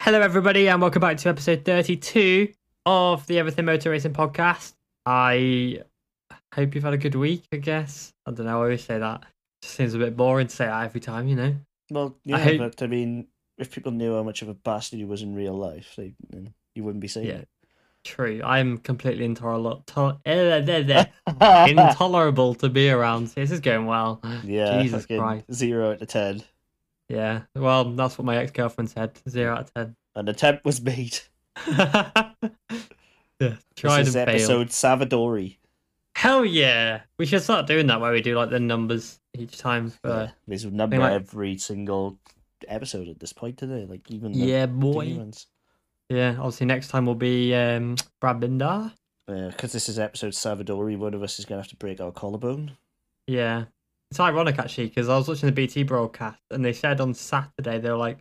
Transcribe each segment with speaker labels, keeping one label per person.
Speaker 1: Hello, everybody, and welcome back to episode 32 of the Everything Motor Racing podcast. I hope you've had a good week, I guess. I don't know, I always say that. just seems a bit boring to say that every time, you know?
Speaker 2: Well, yeah,
Speaker 1: hate-
Speaker 2: but I mean, if people knew how much of a bastard he was in real life, they, you, know, you wouldn't be saying
Speaker 1: Yeah.
Speaker 2: it.
Speaker 1: True. I'm completely intolerable, to- eh, there, there,
Speaker 2: yeah,
Speaker 1: intolerable to be around. This is going well. Jesus
Speaker 2: fucking
Speaker 1: Christ.
Speaker 2: zero out of ten.
Speaker 1: Yeah. Well, that's what my ex girlfriend said. Zero out of
Speaker 2: An attempt was made.
Speaker 1: ten. yeah. Tried
Speaker 2: this is
Speaker 1: and failed.
Speaker 2: episode Savadori.
Speaker 1: Hell yeah! We should start doing that where we do like the numbers each time. For...
Speaker 2: yeah, there's a number
Speaker 1: like-
Speaker 2: every single episode at this point today. Like even the
Speaker 1: Yeah,
Speaker 2: dingy
Speaker 1: boy.
Speaker 2: ones.
Speaker 1: Yeah, obviously next time will be um, Brad Bindar.
Speaker 2: because this is episode Savadori, one of us is gonna have to break our collarbone.
Speaker 1: Yeah, it's ironic actually because I was watching the BT broadcast and they said on Saturday they were like,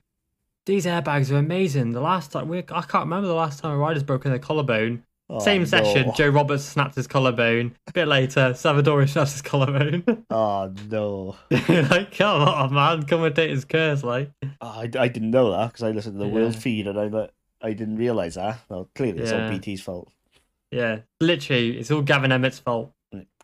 Speaker 1: "These airbags are amazing." The last time we, I can't remember the last time a rider's broken their collarbone.
Speaker 2: Oh,
Speaker 1: Same session,
Speaker 2: no.
Speaker 1: Joe Roberts snapped his collarbone. A bit later, Salvadori snaps his collarbone.
Speaker 2: Oh no!
Speaker 1: like, come on, man, commentate his curse, like.
Speaker 2: Oh, I, I didn't know that because I listened to the world
Speaker 1: Yeah.
Speaker 2: feed and I like, I didn't realize that. Well, clearly it's all
Speaker 1: Yeah.
Speaker 2: BT's fault.
Speaker 1: Yeah, literally, it's all Gavin Emmett's fault.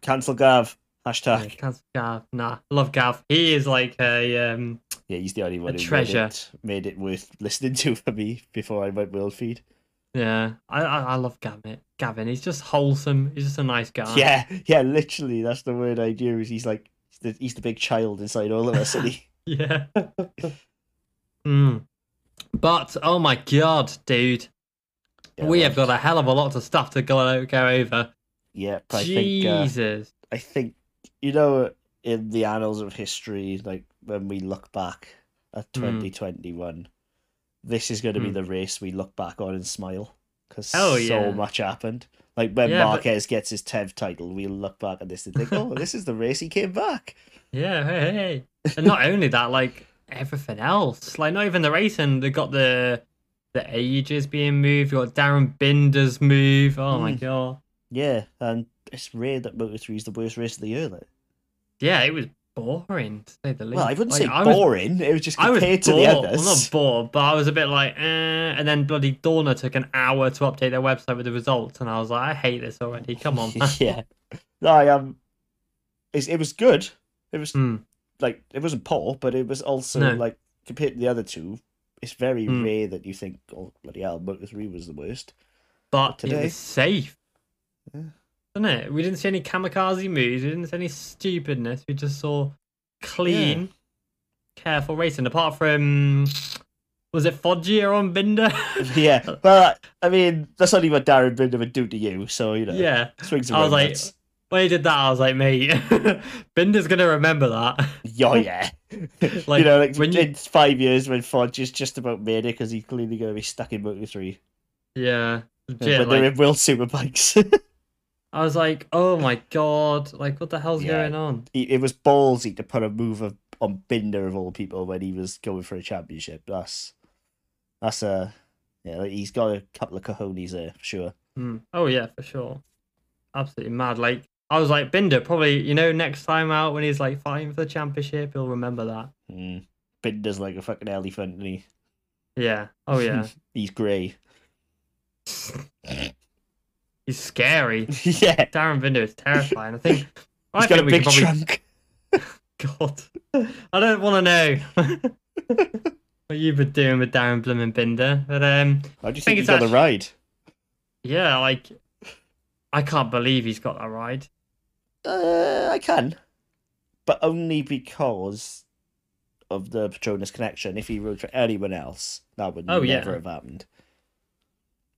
Speaker 2: Cancel Gav.
Speaker 1: Yeah,
Speaker 2: Hashtag.
Speaker 1: Gav, Gav, nah, love Gav. He is like a um,
Speaker 2: Yeah, he's the only one who made
Speaker 1: treasure.
Speaker 2: it- Made, it, worth listening to for me before I went world feed.
Speaker 1: yeah. I I, I love Gavin. Gavin, he's just wholesome. He's just a nice guy.
Speaker 2: Yeah, yeah, literally, that's the word I use. He's like, he's the, he's the big child inside all of us. and he,
Speaker 1: yeah. mm. But oh my god, dude,
Speaker 2: Yeah,
Speaker 1: we have
Speaker 2: like-
Speaker 1: got a hell of a lot of stuff to go go over.
Speaker 2: Yeah, but I think uh,
Speaker 1: Jesus.
Speaker 2: I think you know in the annals of history, like when we look back at
Speaker 1: Mm.
Speaker 2: twenty twenty one, this is going to be
Speaker 1: Mm.
Speaker 2: the race we look back on and smile because
Speaker 1: Oh,
Speaker 2: so
Speaker 1: yeah.
Speaker 2: much happened. Like when
Speaker 1: Yeah, but-
Speaker 2: Marquez gets his tenth title, we'll look back at this and think, "Oh, this is the race he came back."
Speaker 1: Yeah, hey, hey. hey. And not only that, like everything else, like not even the racing. They got the the ages being moved. You got Darren Binder's move. Oh my
Speaker 2: Mm.
Speaker 1: god.
Speaker 2: Yeah, and it's rare that Moto Three is the worst race of the year. Like,
Speaker 1: Yeah, it was boring to say the least.
Speaker 2: well, I wouldn't
Speaker 1: Like,
Speaker 2: say
Speaker 1: I was-
Speaker 2: boring. It was just
Speaker 1: I was
Speaker 2: compared to the
Speaker 1: bored.
Speaker 2: others.
Speaker 1: Well, not bored, but I was a bit like, eh. and then bloody Dorna took an hour to update their website with the results, and I was like, I hate this already. Come on, man.
Speaker 2: yeah, no, I um, it's, it was good. It was
Speaker 1: Hmm.
Speaker 2: like it wasn't poor, but it was also
Speaker 1: No.
Speaker 2: like compared to the other two, it's very
Speaker 1: Mm.
Speaker 2: rare that you think, oh bloody hell, Motor Three was the worst.
Speaker 1: But it
Speaker 2: Today.
Speaker 1: was safe,
Speaker 2: Yeah.
Speaker 1: isn't it? We didn't see any kamikaze moves. We didn't see any stupidness. We just saw clean, careful racing. Apart from, was it Foggia on Binder?
Speaker 2: yeah, but I mean that's only what Darren Binder would do to you. So you know,
Speaker 1: yeah.
Speaker 2: swings and
Speaker 1: I was like-
Speaker 2: roundabouts.
Speaker 1: When he did that, I was like, mate, Binder's gonna remember that.
Speaker 2: yeah, yeah.
Speaker 1: Like,
Speaker 2: you know, like
Speaker 1: when you-
Speaker 2: in five years when Fodge is just about made it because he's clearly going to be stuck in Motor Three,
Speaker 1: Yeah.
Speaker 2: but
Speaker 1: Legit, like-
Speaker 2: they're in World Superbikes.
Speaker 1: I was like, oh my god, like what the hell's
Speaker 2: Yeah.
Speaker 1: going on?
Speaker 2: He- it was ballsy to put a move of, on Binder of all people when he was going for a championship. That's that's a yeah. Like he's got a couple of cojones there, for sure.
Speaker 1: Hmm. Oh yeah, for sure. Absolutely mad. Like I was like, Binder, probably, you know, next time out when he's like fighting for the championship, he'll remember that.
Speaker 2: Mm. Binder's like a fucking elephant, and he
Speaker 1: Yeah. Oh yeah.
Speaker 2: he's grey.
Speaker 1: he's scary.
Speaker 2: yeah,
Speaker 1: Darren Binder is terrifying. I think I
Speaker 2: he's
Speaker 1: think
Speaker 2: got a
Speaker 1: we can
Speaker 2: big
Speaker 1: probably
Speaker 2: trunk.
Speaker 1: God. I don't wanna know what you've been doing with Darren Blum and Binder. But um
Speaker 2: How do you
Speaker 1: think
Speaker 2: think, he
Speaker 1: it's
Speaker 2: got the
Speaker 1: actually-
Speaker 2: ride?
Speaker 1: yeah, like I can't believe he's got that ride.
Speaker 2: Uh, I can, but only because of the Patronus connection. If he rode for anyone else, that would
Speaker 1: Oh, yeah.
Speaker 2: never have happened.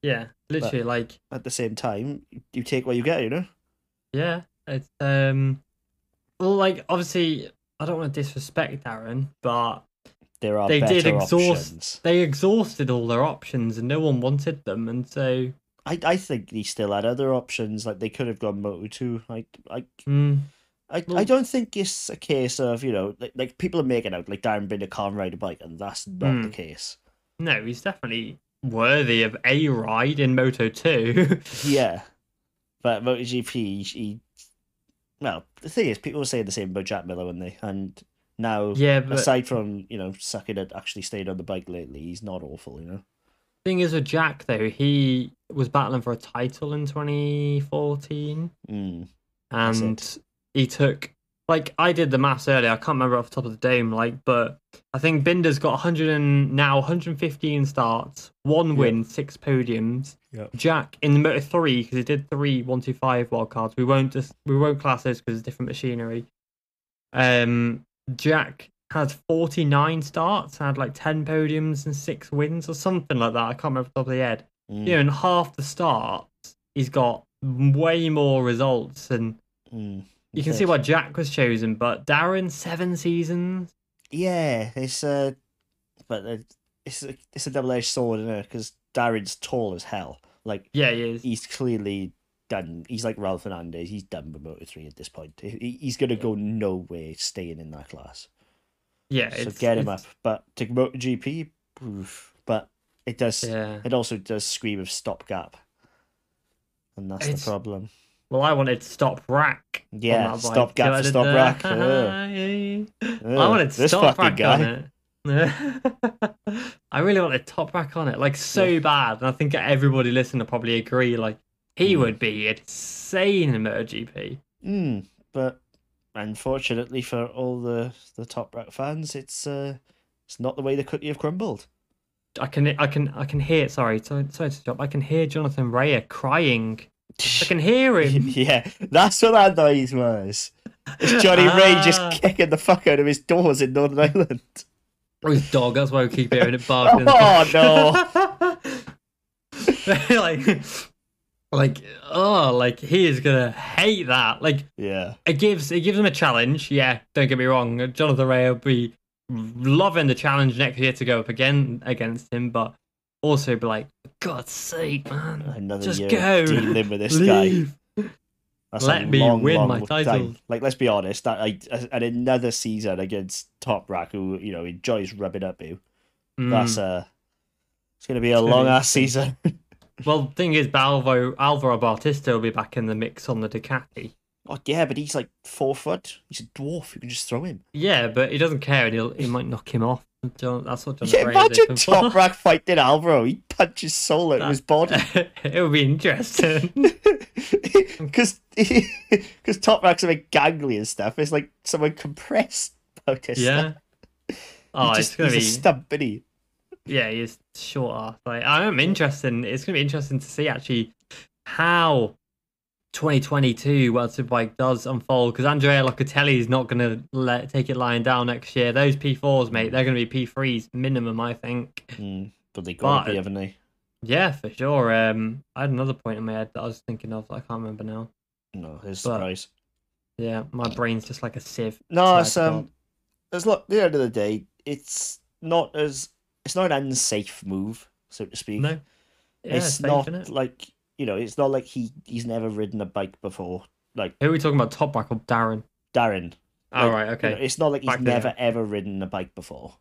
Speaker 1: Yeah. Literally like
Speaker 2: At the same time, you take what you get, you know.
Speaker 1: Yeah, it's um, well, like obviously, I don't want to disrespect Darren, but
Speaker 2: There are
Speaker 1: They
Speaker 2: better
Speaker 1: did exhaust-
Speaker 2: options.
Speaker 1: they exhausted all their options and no one wanted them, and so
Speaker 2: I, I think he still had other options. Like they could have gone Moto two. I I
Speaker 1: mm,
Speaker 2: I, I
Speaker 1: Well-
Speaker 2: don't think it's a case of you know like, like people are making out like Darren Binder can't ride a bike, and that's not the
Speaker 1: Hmm.
Speaker 2: case.
Speaker 1: no, he's definitely worthy of a ride in Moto Two.
Speaker 2: Yeah, but MotoGP, he, he well the thing is people were saying the same about Jack Miller, weren't they? And now
Speaker 1: yeah, but
Speaker 2: aside from you know sucking at actually staying on the bike lately, he's not awful. You know
Speaker 1: Thing is with Jack though, he was battling for a title in 2014,
Speaker 2: Mm. That's it.
Speaker 1: and he took like I did the maths earlier. I can't remember off the top of the dome, like, but I think Binder's got 100 and now 115 starts, one
Speaker 2: Yeah.
Speaker 1: win, six podiums.
Speaker 2: Yeah.
Speaker 1: Jack in the motor three because he did three one two five wild cards. We won't just we won't class those because it's different machinery. Um, Jack had forty nine starts, had like ten podiums and six wins or something like that. I can't remember off the top of the head.
Speaker 2: Mm.
Speaker 1: You know, in half the starts, he's got way more results, and
Speaker 2: Mm.
Speaker 1: you can
Speaker 2: Okay.
Speaker 1: see why Jack was chosen. But Darren seven seasons.
Speaker 2: Yeah, it's uh, but uh, it's a, it's a double edged sword, isn't it? Because Darren's tall as hell. Like
Speaker 1: Yeah, he is.
Speaker 2: he's clearly done. He's like Ralph Fernandez. He's done with Moto Three at this point. He- he- He's gonna go nowhere staying in that class.
Speaker 1: Yeah,
Speaker 2: so
Speaker 1: it's-
Speaker 2: get him up.
Speaker 1: it's-
Speaker 2: But to Moto GP, oof. but it does.
Speaker 1: Yeah.
Speaker 2: It also does scream of stopgap, and that's
Speaker 1: It's-
Speaker 2: the problem.
Speaker 1: Well, I wanted stop rack. on
Speaker 2: Yeah,
Speaker 1: that bike.
Speaker 2: stop gap
Speaker 1: So I
Speaker 2: for
Speaker 1: did
Speaker 2: stop
Speaker 1: the-
Speaker 2: rack.
Speaker 1: I
Speaker 2: Ugh,
Speaker 1: uh, wanted
Speaker 2: this
Speaker 1: stop rack
Speaker 2: fucking
Speaker 1: on it. I really wanted top rack on it, like so
Speaker 2: Yeah.
Speaker 1: bad. And I think everybody listening will probably agree. Like he
Speaker 2: Mm.
Speaker 1: would be insane in MotoGP.
Speaker 2: Mm, but unfortunately for all the the top rack fans, it's uh, it's not the way the cookie have crumbled.
Speaker 1: I can, I can, I can hear. Sorry, sorry, sorry to stop. I can hear Jonathan Raya crying. I can hear him.
Speaker 2: yeah, that's what that noise was. It's Johnny Ray
Speaker 1: Ah.
Speaker 2: just kicking the fuck out of his doors in Northern Ireland.
Speaker 1: Or his dog. That's why we keep hearing it barking.
Speaker 2: Oh, no.
Speaker 1: like, like, oh, like he is gonna hate that. Like
Speaker 2: Yeah,
Speaker 1: it gives it gives him a challenge. Yeah, don't get me wrong. Jonathan Ray will be loving the challenge next year to go up again against him, but also be like, God's sake, man,
Speaker 2: another
Speaker 1: just
Speaker 2: year
Speaker 1: go,
Speaker 2: of dealing with this guy.
Speaker 1: leave.
Speaker 2: That's
Speaker 1: Let
Speaker 2: a
Speaker 1: me
Speaker 2: long,
Speaker 1: win
Speaker 2: long
Speaker 1: my title.
Speaker 2: Time. Like, let's be honest, that I and another season against Top Rack, who you know enjoys rubbing up you.
Speaker 1: Mm.
Speaker 2: That's uh It's gonna be a
Speaker 1: It's gonna be
Speaker 2: long ass
Speaker 1: interesting.
Speaker 2: season.
Speaker 1: Well, the thing is, Alvaro Alvaro Bautista will be back in the mix on the Ducati.
Speaker 2: Oh yeah, but he's like four foot. He's a dwarf. You can just throw him.
Speaker 1: Yeah, but he doesn't care, and he'll, he might knock him off. Jon- That's what Jonathan
Speaker 2: Yeah,
Speaker 1: Ray is
Speaker 2: imagine
Speaker 1: open for.
Speaker 2: Top Rack fighting Alvaro. He'd punch his soul out of his body.
Speaker 1: it would be interesting.
Speaker 2: Because because Top Rack's a bit gangly and stuff. It's like someone compressed out his stuff.
Speaker 1: yeah. Oh,
Speaker 2: He's
Speaker 1: it's
Speaker 2: just,
Speaker 1: gonna
Speaker 2: he's
Speaker 1: be
Speaker 2: a stump, isn't he?
Speaker 1: yeah, he's short ass. Like I'm interested. in- It's gonna be interesting to see actually how 2022 World Superbike does unfold because Andrea Locatelli is not gonna let take it lying down next year. Those P4s, mate, they're gonna be P3s minimum, I think.
Speaker 2: Mm, but they got to
Speaker 1: But-
Speaker 2: be, haven't they?
Speaker 1: Yeah, for sure. Um, I had another point in my head that I was thinking of. That I can't remember now.
Speaker 2: No, it's a
Speaker 1: but-
Speaker 2: surprise.
Speaker 1: Yeah, my brain's just like a sieve.
Speaker 2: No,
Speaker 1: Sorry,
Speaker 2: it's um, it's not. At the end of the day, it's not as it's not an unsafe move, so to speak.
Speaker 1: No, yeah,
Speaker 2: it's
Speaker 1: safe,
Speaker 2: not
Speaker 1: innit?
Speaker 2: like you know, it's not like he he's never ridden a bike before. Like
Speaker 1: Who are we talking about? Top rack or Darren?
Speaker 2: Darren,
Speaker 1: All
Speaker 2: Like,
Speaker 1: right, okay.
Speaker 2: you know, it's not like he's
Speaker 1: Back to
Speaker 2: never
Speaker 1: him.
Speaker 2: ever ridden a bike before.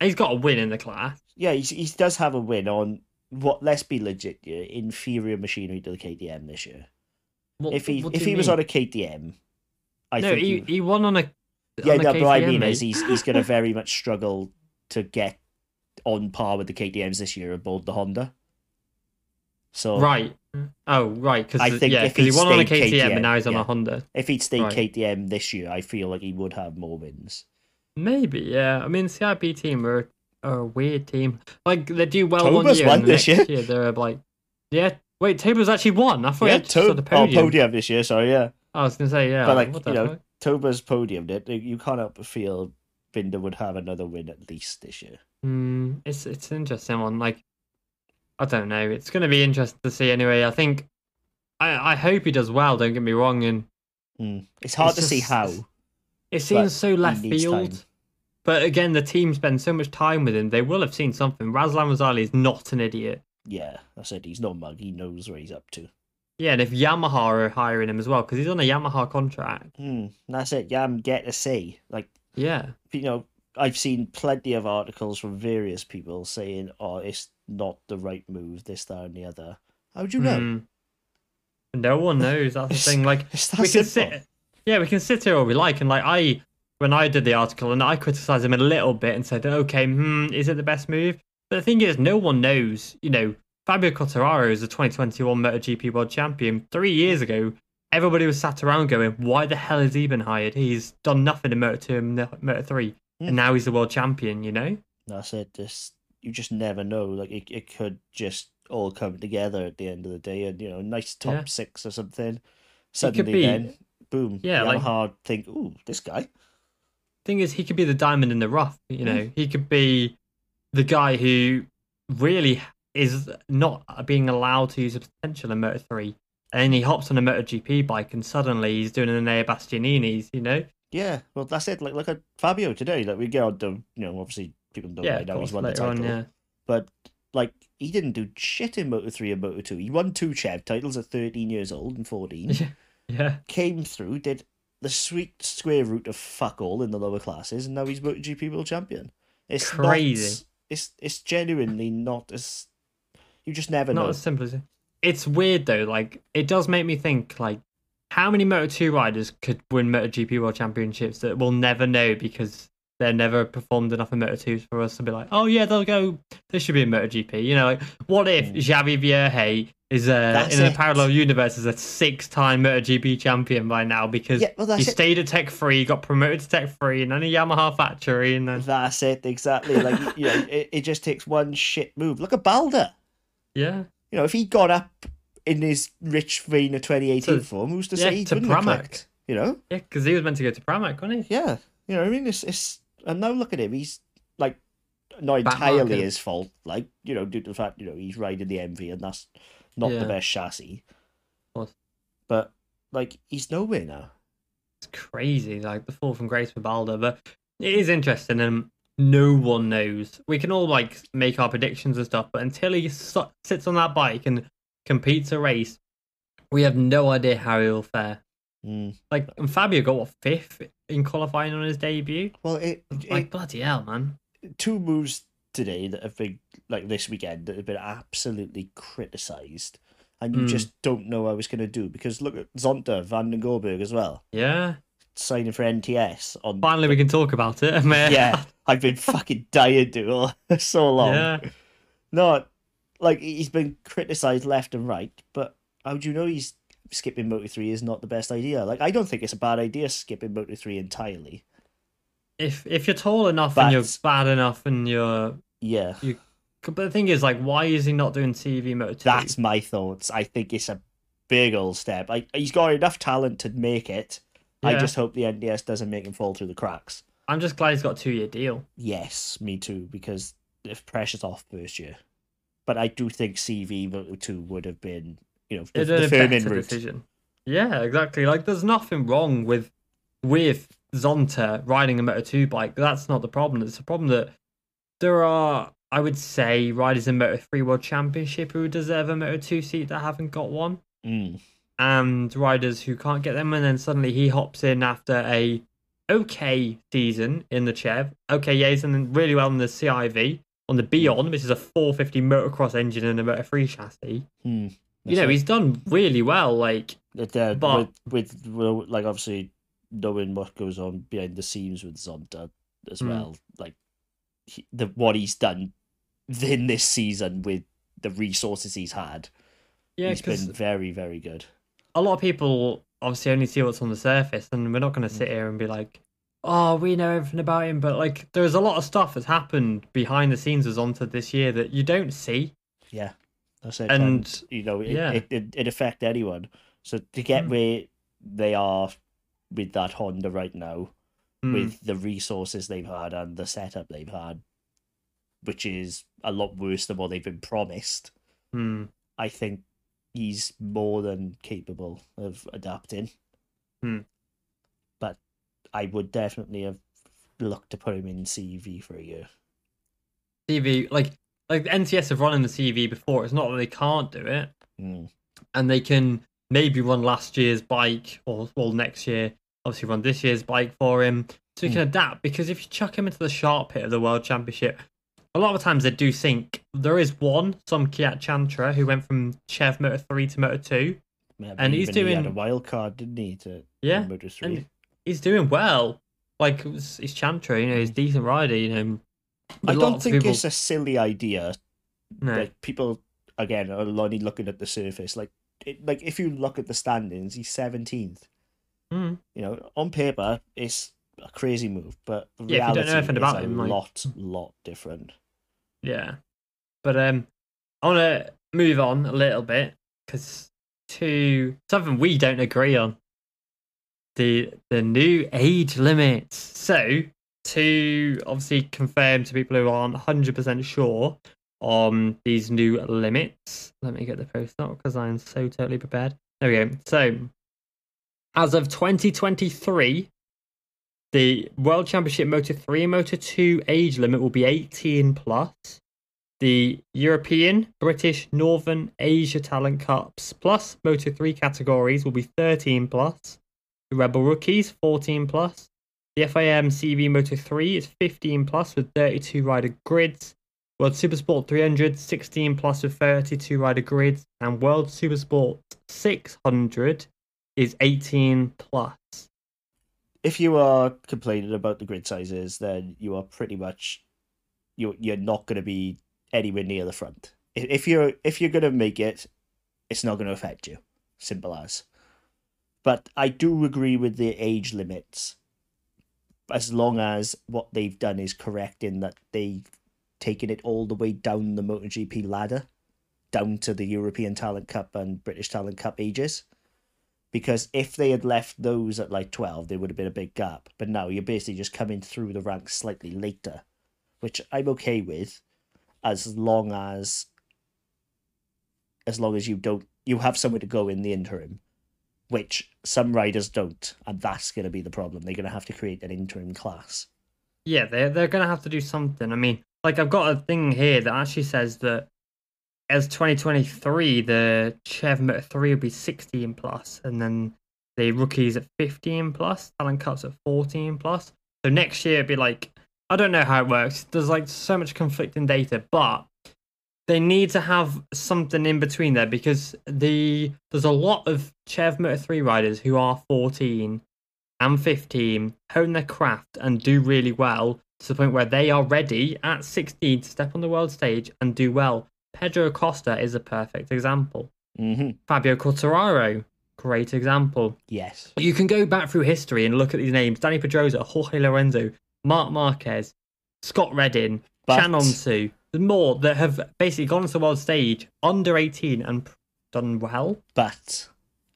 Speaker 1: He's got a win in the class.
Speaker 2: Yeah, he's, he does have a win on what. Let's be legit, yeah, inferior machinery to the KTM this year.
Speaker 1: What,
Speaker 2: if he
Speaker 1: what do
Speaker 2: if
Speaker 1: you
Speaker 2: he was
Speaker 1: mean?
Speaker 2: on a KTM, I
Speaker 1: no,
Speaker 2: think
Speaker 1: he,
Speaker 2: he-
Speaker 1: he won on a.
Speaker 2: yeah,
Speaker 1: on a
Speaker 2: no, but I
Speaker 1: KTM,
Speaker 2: mean
Speaker 1: mate.
Speaker 2: is he's he's going to very much struggle to get on par with the KTM's this year aboard the Honda. So
Speaker 1: right. Oh, right. Because
Speaker 2: I think
Speaker 1: yeah,
Speaker 2: if
Speaker 1: 'cause he
Speaker 2: he'd
Speaker 1: won on a
Speaker 2: stayed
Speaker 1: KTM,
Speaker 2: KTM,
Speaker 1: and now he's on
Speaker 2: yeah.
Speaker 1: a Honda.
Speaker 2: if he'd stayed
Speaker 1: Right.
Speaker 2: KTM this year, I feel like he would have more wins.
Speaker 1: Maybe. Yeah. I mean, CIP team are, are a weird team. Like they do well one
Speaker 2: Toba's
Speaker 1: year,
Speaker 2: won
Speaker 1: and the
Speaker 2: this
Speaker 1: next
Speaker 2: year.
Speaker 1: year they're like, yeah. Wait, Toba's actually won. I thought he
Speaker 2: yeah,
Speaker 1: had just on
Speaker 2: Tob-
Speaker 1: the
Speaker 2: oh,
Speaker 1: podium.
Speaker 2: podium this year. Sorry, yeah.
Speaker 1: I was gonna say yeah.
Speaker 2: But, like,
Speaker 1: what the
Speaker 2: you know,
Speaker 1: fuck?
Speaker 2: Toba's podiumed it. You can't help but feel Binder would have another win at least this year.
Speaker 1: Mm, it's it's an interesting one. Like, I don't know. It's going to be interesting to see anyway. I think, I I hope he does well. Don't get me wrong. And
Speaker 2: Mm. It's hard
Speaker 1: It's
Speaker 2: to see
Speaker 1: just-
Speaker 2: how.
Speaker 1: it seems so left
Speaker 2: needs
Speaker 1: field.
Speaker 2: time.
Speaker 1: But again, the team spends so much time with him. They will have seen something. Razlan Razali is not an idiot.
Speaker 2: Yeah, I said he's not a mug. He knows where he's up to.
Speaker 1: Yeah, and if Yamaha are hiring him as well because he's on a Yamaha contract.
Speaker 2: Mm. That's it. Yeah, I'm get to see. Like
Speaker 1: Yeah,
Speaker 2: you know, I've seen plenty of articles from various people saying, "Oh, it's not the right move. This, that, and the other." How do you know?
Speaker 1: Mm. No one knows. That's the
Speaker 2: It's-
Speaker 1: thing. Like
Speaker 2: It's that
Speaker 1: we can
Speaker 2: simple.
Speaker 1: sit yeah we can sit here all we like and like i when i did the article and i criticized him a little bit and said okay hmm is it the best move But the thing is, no one knows. You know, Fabio Quartararo is the 2021 MotoGP World Champion. Three years ago, everybody was sat around going, "Why the hell has he been hired? He's done nothing in Moto Two and Moto Three,
Speaker 2: Hmm.
Speaker 1: and now he's the world champion." You know,
Speaker 2: That's it. This you just never know. Like it, it could just all come together at the end of the day, and you know, nice top
Speaker 1: Yeah.
Speaker 2: six or something. Suddenly,
Speaker 1: be-
Speaker 2: then boom.
Speaker 1: Yeah, like-
Speaker 2: hard think. Ooh, this guy.
Speaker 1: thing is, he could be the diamond in the rough. You know, he could be the guy who really is not being allowed to use his potential in Moto Three, and he hops on a MotoGP bike, and suddenly he's doing an Nea Bastianini's. You know,
Speaker 2: Yeah, well, that's it. Like, look at Fabio today. Like, we get on to you know, obviously people don't
Speaker 1: yeah,
Speaker 2: really
Speaker 1: of
Speaker 2: know
Speaker 1: course,
Speaker 2: he's won the
Speaker 1: later on,
Speaker 2: title,
Speaker 1: yeah.
Speaker 2: but like he didn't do shit in Moto three and Moto two. He won two Chev titles at thirteen years old and fourteen.
Speaker 1: yeah, yeah.
Speaker 2: Came through, did the sweet square root of fuck all in the lower classes, and now he's MotoGP world champion. It's not-
Speaker 1: Crazy.
Speaker 2: it's it's genuinely not as you just never
Speaker 1: not
Speaker 2: know.
Speaker 1: as simple as it's weird though like it does make me think like how many moto 2 riders could win moto gp world championships that we'll never know because they're never performed enough in moto 2s for us to be like oh yeah they'll go they should be in moto gp you know like what if
Speaker 2: Mm.
Speaker 1: xavi vierge is uh,
Speaker 2: That's
Speaker 1: in a
Speaker 2: it.
Speaker 1: parallel universe as a six-time moto gp champion by now because
Speaker 2: yeah, well
Speaker 1: he
Speaker 2: that's it.
Speaker 1: stayed at tech 3 got promoted to tech 3 and then a yamaha factory and then
Speaker 2: That's it exactly. Like you know, it, it just takes one shit move. Look at Balder.
Speaker 1: yeah
Speaker 2: You know, if he got up in his rich vein of 2018
Speaker 1: To-
Speaker 2: form, who's to
Speaker 1: yeah,
Speaker 2: say he
Speaker 1: to
Speaker 2: wouldn't have
Speaker 1: Pramac.
Speaker 2: clicked? You know,
Speaker 1: yeah because he was meant to go to pramac wasn't he
Speaker 2: yeah. You know, what I mean, it's it's. And now look at him. He's like not
Speaker 1: Back
Speaker 2: entirely
Speaker 1: market.
Speaker 2: his fault. Like you know, due to the fact you know he's riding the MV and that's not
Speaker 1: Yeah.
Speaker 2: the best chassis.
Speaker 1: course.
Speaker 2: But like he's nowhere now.
Speaker 1: It's crazy, like the fall from grace for Balder, but it is interesting, and no one knows. We can all like make our predictions and stuff, but until he su- sits on that bike and competes a race, we have no idea how he will fare.
Speaker 2: Mm.
Speaker 1: Like, and Fabio got what fifth in qualifying on his debut.
Speaker 2: Well, it,
Speaker 1: Like,
Speaker 2: it
Speaker 1: bloody hell, man!
Speaker 2: two moves today that have been like this weekend that have been absolutely criticised, and you
Speaker 1: Mm.
Speaker 2: just don't know what I was going to do because look at Zonta Van den Gorberg as well
Speaker 1: Yeah,
Speaker 2: signing for NTS on.
Speaker 1: finally we can talk about it. man.
Speaker 2: yeah, I've been fucking dying to all so long.
Speaker 1: yeah,
Speaker 2: No, like he's been criticised left and right, but how do you know he's skipping Moto three is not the best idea? Like I don't think it's a bad idea skipping Moto three entirely.
Speaker 1: if if you're tall enough
Speaker 2: But-
Speaker 1: and you're bad enough and you're,
Speaker 2: Yeah,
Speaker 1: but the thing is, like, why is he not doing TV Moto? 2?
Speaker 2: That's my thoughts. I think it's a big old step. I, he's got enough talent to make it. I
Speaker 1: Yeah.
Speaker 2: just hope the NDS doesn't make him fall through the cracks.
Speaker 1: I'm just glad he's got a two year deal.
Speaker 2: Yes, me too, because if pressure's off first year. But I do think CV Moto 2 would have been, you know, the,
Speaker 1: It's
Speaker 2: the
Speaker 1: a
Speaker 2: Firmin
Speaker 1: better
Speaker 2: route.
Speaker 1: decision. Yeah, exactly. Like, there's nothing wrong with with Zonta riding a Moto Two bike. That's not the problem. It's the problem that there are, I would say, riders in Moto Three World Championship who deserve a Moto Two seat that haven't got one,
Speaker 2: Mm.
Speaker 1: and riders who can't get them. And then suddenly he hops in after a okay season in the Chev. Okay, yeah, he's done really well in the CIV on the Beyond, which is a 450 motocross engine and a Moto Three chassis.
Speaker 2: Mm.
Speaker 1: You know, he's done really well. Like.
Speaker 2: That's it. Uh,
Speaker 1: but-
Speaker 2: with, with, well, like, obviously, knowing what goes on behind the scenes with Zonta as
Speaker 1: Mm.
Speaker 2: well, like, he, the what he's done in this season with the resources he's had.
Speaker 1: Yeah,
Speaker 2: he's
Speaker 1: because
Speaker 2: been very, very good.
Speaker 1: a lot of people obviously only see what's on the surface, and we're not going to sit here and be like, "Oh, we know everything about him." But like, there's a lot of stuff that's happened behind the scenes as Zonta this year that you don't see.
Speaker 2: Yeah, that's it.
Speaker 1: And,
Speaker 2: you know, it,
Speaker 1: yeah.
Speaker 2: it, it it affect anyone. So to get
Speaker 1: Mm.
Speaker 2: where they are with that Honda right now,
Speaker 1: Mm,
Speaker 2: with the resources they've had and the setup they've had, which is a lot worse than what they've been promised,
Speaker 1: mm,
Speaker 2: I think he's more than capable of adapting.
Speaker 1: Mm.
Speaker 2: But I would definitely have looked to put him in CV for a year.
Speaker 1: CV like like the NTS have run in the CV before. It's not that they can't do it,
Speaker 2: Mm.
Speaker 1: and they can maybe run last year's bike or well next year. Obviously, run this year's bike for him so
Speaker 2: Hmm.
Speaker 1: he can adapt. Because if you chuck him into the sharp pit of the World Championship, a lot of times they do sink. There is one, some Kiat Chantra, who went from Chev Motor 3 to Motor 2.
Speaker 2: Maybe
Speaker 1: And he's
Speaker 2: even he had a
Speaker 1: doing-
Speaker 2: wild card, didn't he? To
Speaker 1: Yeah,
Speaker 2: Moto three.
Speaker 1: And he's doing well. Like, he's Chantra, you know, he's a decent rider, you know.
Speaker 2: I don't
Speaker 1: Lots of
Speaker 2: think
Speaker 1: people-
Speaker 2: it's a silly idea.
Speaker 1: No.
Speaker 2: Like people again are only looking at the surface. Like it, like if you look at the standings, he's seventeenth.
Speaker 1: Mm.
Speaker 2: You know, on paper, it's a crazy move, but the
Speaker 1: Yeah, if you don't
Speaker 2: reality
Speaker 1: know anything
Speaker 2: is
Speaker 1: about
Speaker 2: a
Speaker 1: him, like-
Speaker 2: lot, lot different.
Speaker 1: Yeah. But um, I want to move on a little bit because to something we don't agree on the the new age limits. So to obviously confirm to people who aren't hundred percent sure on these new limits. Let me get the post up because I'm so totally prepared. There we go. So as of 2023, the World Championship Motor 3 and Motor 2 age limit will be 18 plus. The European, British, Northern Asia Talent Cups plus Motor 3 categories will be 13 plus. The Rebel Rookies 14 plus. The FIM CV Motor 3 is 15 plus with 32 rider grids. World Supersport 300 16 plus with 32 rider grids and World Supersport 600 is 18 plus.
Speaker 2: If you are complaining about the grid sizes, then you are pretty much you you're not going to be anywhere near the front. If, if you're if you're going to make it, it's not going to affect you. Simple as. But I do agree with the age limits, as long as what they've done is correct in that they've taken it all the way down the MotoGP ladder, down to the European Talent Cup and British Talent Cup ages. Because if they had left those at like 12, there would have been a big gap. But now you're basically just coming through the ranks slightly later, which I'm okay with as long as as long as you don't you have somewhere to go in the interim which some riders don't and that's going to be the problem they're going to have to create an interim class
Speaker 1: Yeah, they're, they're going to have to do something. I mean, like, I've got a thing here that actually says that as 2023, the Chev Motor 3 will be 16 plus, and then the rookies at 15 plus, Talent Cups at 14 plus. So next year, it'd be like, I don't know how it works. There's like so much conflicting data, but they need to have something in between there because the there's a lot of Chev Motor 3 riders who are 14 and 15 hone their craft and do really well to the point where they are ready at 16 to step on the world stage and do well. Pedro Costa is a perfect example.
Speaker 2: mm-hmm.
Speaker 1: Fabio Quartararo, great example.
Speaker 2: yes
Speaker 1: You can go back through history and look at these names Danny Pedrosa, Jorge Lorenzo, Mark Marquez, Scott Reddin,
Speaker 2: But-
Speaker 1: Shannon Su, there's more that have basically gone to the world stage under 18 and done well.
Speaker 2: but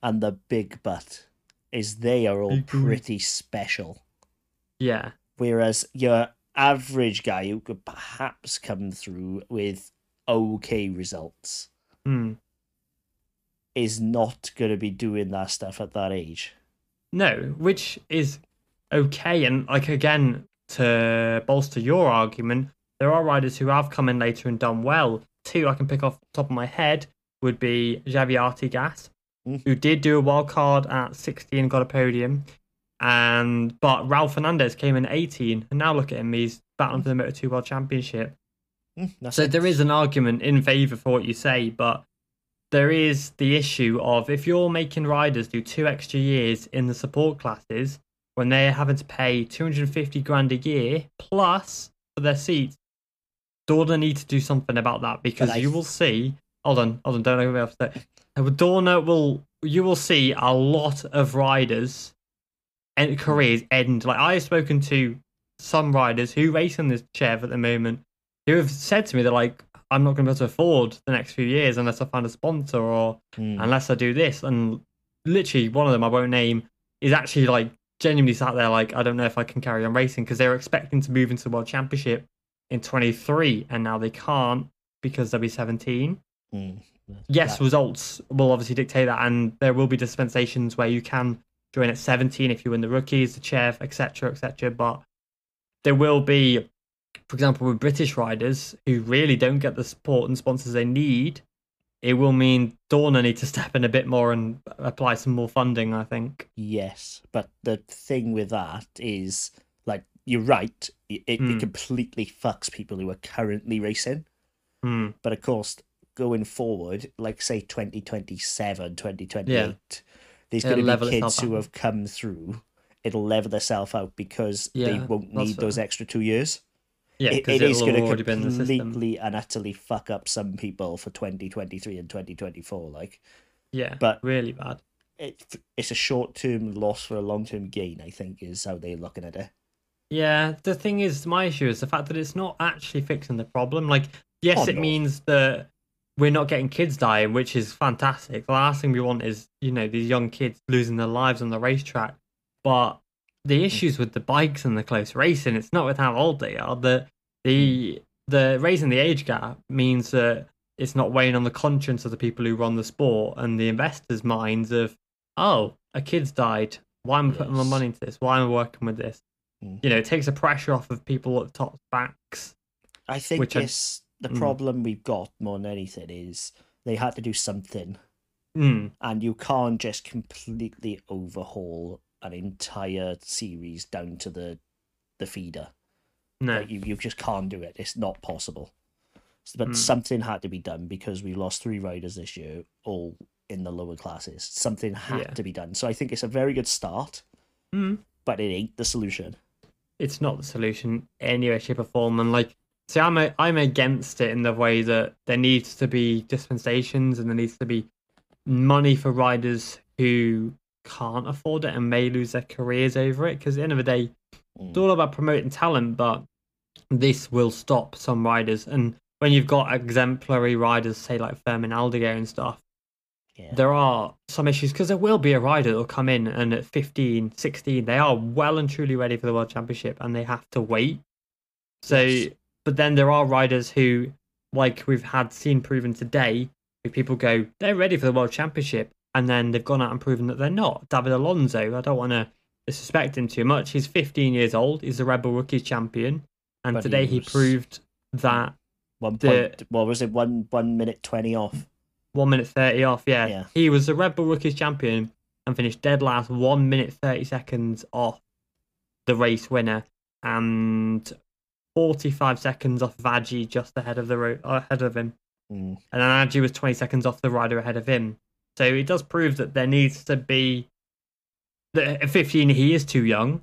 Speaker 2: and the big but is they are all
Speaker 1: Mhm.
Speaker 2: pretty special
Speaker 1: Yeah.
Speaker 2: whereas your average guy who could perhaps come through with okay results
Speaker 1: Hmm.
Speaker 2: is not going to be doing that stuff at that age
Speaker 1: No, which is okay. And like again, to bolster your argument, there are riders who have come in later and done well. Two I can pick off the top of my head would be Xavier Artigas,
Speaker 2: Mhm.
Speaker 1: who did do a wild card at 16 and got a podium. And but Ralph Fernandez came in 18, and now look at him, he's battling for the Moto 2 World Championship.
Speaker 2: Mm, that's
Speaker 1: So
Speaker 2: it.
Speaker 1: there is an argument in favour for what you say, but there is the issue of if you're making riders do two extra years in the support classes when they're having to pay 250 grand a year plus for their seats, Dorna need to do something about that because
Speaker 2: I-
Speaker 1: you will see. Hold on, hold on, don't let me off there. Dorna will, you will see a lot of riders and careers end. Like I have spoken to some riders who race in this chair at the moment who have said to me that like I'm not going to be able to afford the next few years unless I find a sponsor or
Speaker 2: Mm.
Speaker 1: unless I do this. And literally, one of them I won't name is actually like genuinely sat there like I don't know if I can carry on racing because they were expecting to move into the world championship in 23 and now they can't because they'll be 17.
Speaker 2: Mm.
Speaker 1: Yes,
Speaker 2: That-
Speaker 1: results will obviously dictate that, and there will be dispensations where you can join at 17 if you win the rookies, the chair, etc., etc. But there will be, for example, with British riders who really don't get the support and sponsors they need, it will mean Dorna need to step in a bit more and apply some more funding. I think.
Speaker 2: Yes, but the thing with that is, like, you're right. It, it,
Speaker 1: Hmm.
Speaker 2: it completely fucks people who are currently racing.
Speaker 1: Hmm.
Speaker 2: But of course, going forward, like, say 2027, 2028, there's
Speaker 1: It'll
Speaker 2: going to
Speaker 1: level
Speaker 2: be
Speaker 1: itself
Speaker 2: kids who
Speaker 1: out.
Speaker 2: have come through. It'll level itself out because they
Speaker 1: Yeah,
Speaker 2: won't
Speaker 1: that's
Speaker 2: need those extra two years.
Speaker 1: Yeah,
Speaker 2: it,
Speaker 1: because
Speaker 2: it
Speaker 1: it
Speaker 2: is
Speaker 1: it'll
Speaker 2: going
Speaker 1: have
Speaker 2: to
Speaker 1: already been in the system.
Speaker 2: completely and utterly fuck up some people for 2023 and 2024. Like,
Speaker 1: Yeah,
Speaker 2: but-
Speaker 1: really bad.
Speaker 2: it, it's a short term loss for a long term gain, I think, is how they're looking at it.
Speaker 1: Yeah, the thing is, my issue is the fact that it's not actually fixing the problem. Like, yes,
Speaker 2: Oh,
Speaker 1: it
Speaker 2: no.
Speaker 1: means that we're not getting kids dying, which is fantastic. The last thing we want is, you know, these young kids losing their lives on the racetrack. But
Speaker 2: Mm-hmm.
Speaker 1: the issues with the bikes and the close racing, it's not with how old they are. The the
Speaker 2: Hmm.
Speaker 1: the raising the age gap means that it's not weighing on the conscience of the people who run the sport and the investors' minds of, oh, a kid's died. Why am I putting my
Speaker 2: Yes. Hmm.
Speaker 1: money into this? Why am I working with this? you know, it takes the pressure off of people at top backs.
Speaker 2: I think
Speaker 1: Which I-
Speaker 2: it's the
Speaker 1: Mm.
Speaker 2: problem we've got more than anything is they had to do something,
Speaker 1: Mm,
Speaker 2: and you can't just completely overhaul an entire series down to the the feeder.
Speaker 1: no,
Speaker 2: Like, you you just can't do it. It's not possible. S- But
Speaker 1: Mm.
Speaker 2: something had to be done because we lost three riders this year, all in the lower classes. Something had
Speaker 1: Yeah.
Speaker 2: to be done. So I think it's a very good start,
Speaker 1: mm,
Speaker 2: but it ain't the solution.
Speaker 1: it's not the solution in any way, shape, or form. And like, see, I'm a, I'm against it in the way that there needs to be dispensations and there needs to be money for riders who can't afford it and may lose their careers over it. Because at the end of the day,
Speaker 2: Mm.
Speaker 1: it's all about promoting talent, but this will stop some riders. And when you've got exemplary riders, say like Fermin Aldegar and stuff,
Speaker 2: Yeah.
Speaker 1: there are some issues because there will be a rider that'll come in and at 15 16 they are well and truly ready for the world championship and they have to wait so
Speaker 2: Yes.
Speaker 1: but then there are riders who like we've had seen proven today who people go they're ready for the world championship and then they've gone out and proven that they're not david alonso i don't want to disrespect him too much he's 15 years old he's a rebel rookie champion and
Speaker 2: But he
Speaker 1: today he
Speaker 2: was-
Speaker 1: proved that
Speaker 2: One
Speaker 1: the-
Speaker 2: point. What was it? One one minute twenty off.
Speaker 1: one minute thirty off. Yeah.
Speaker 2: Yeah.
Speaker 1: he was the Red Bull Rookies champion and finished dead last, one minute thirty seconds off the race winner, and forty-five seconds off of Adji, just ahead of the ro- ahead of him,
Speaker 2: Mm.
Speaker 1: and then Adji was twenty seconds off the rider ahead of him. So it does prove that there needs to be that at fifteen he is too young,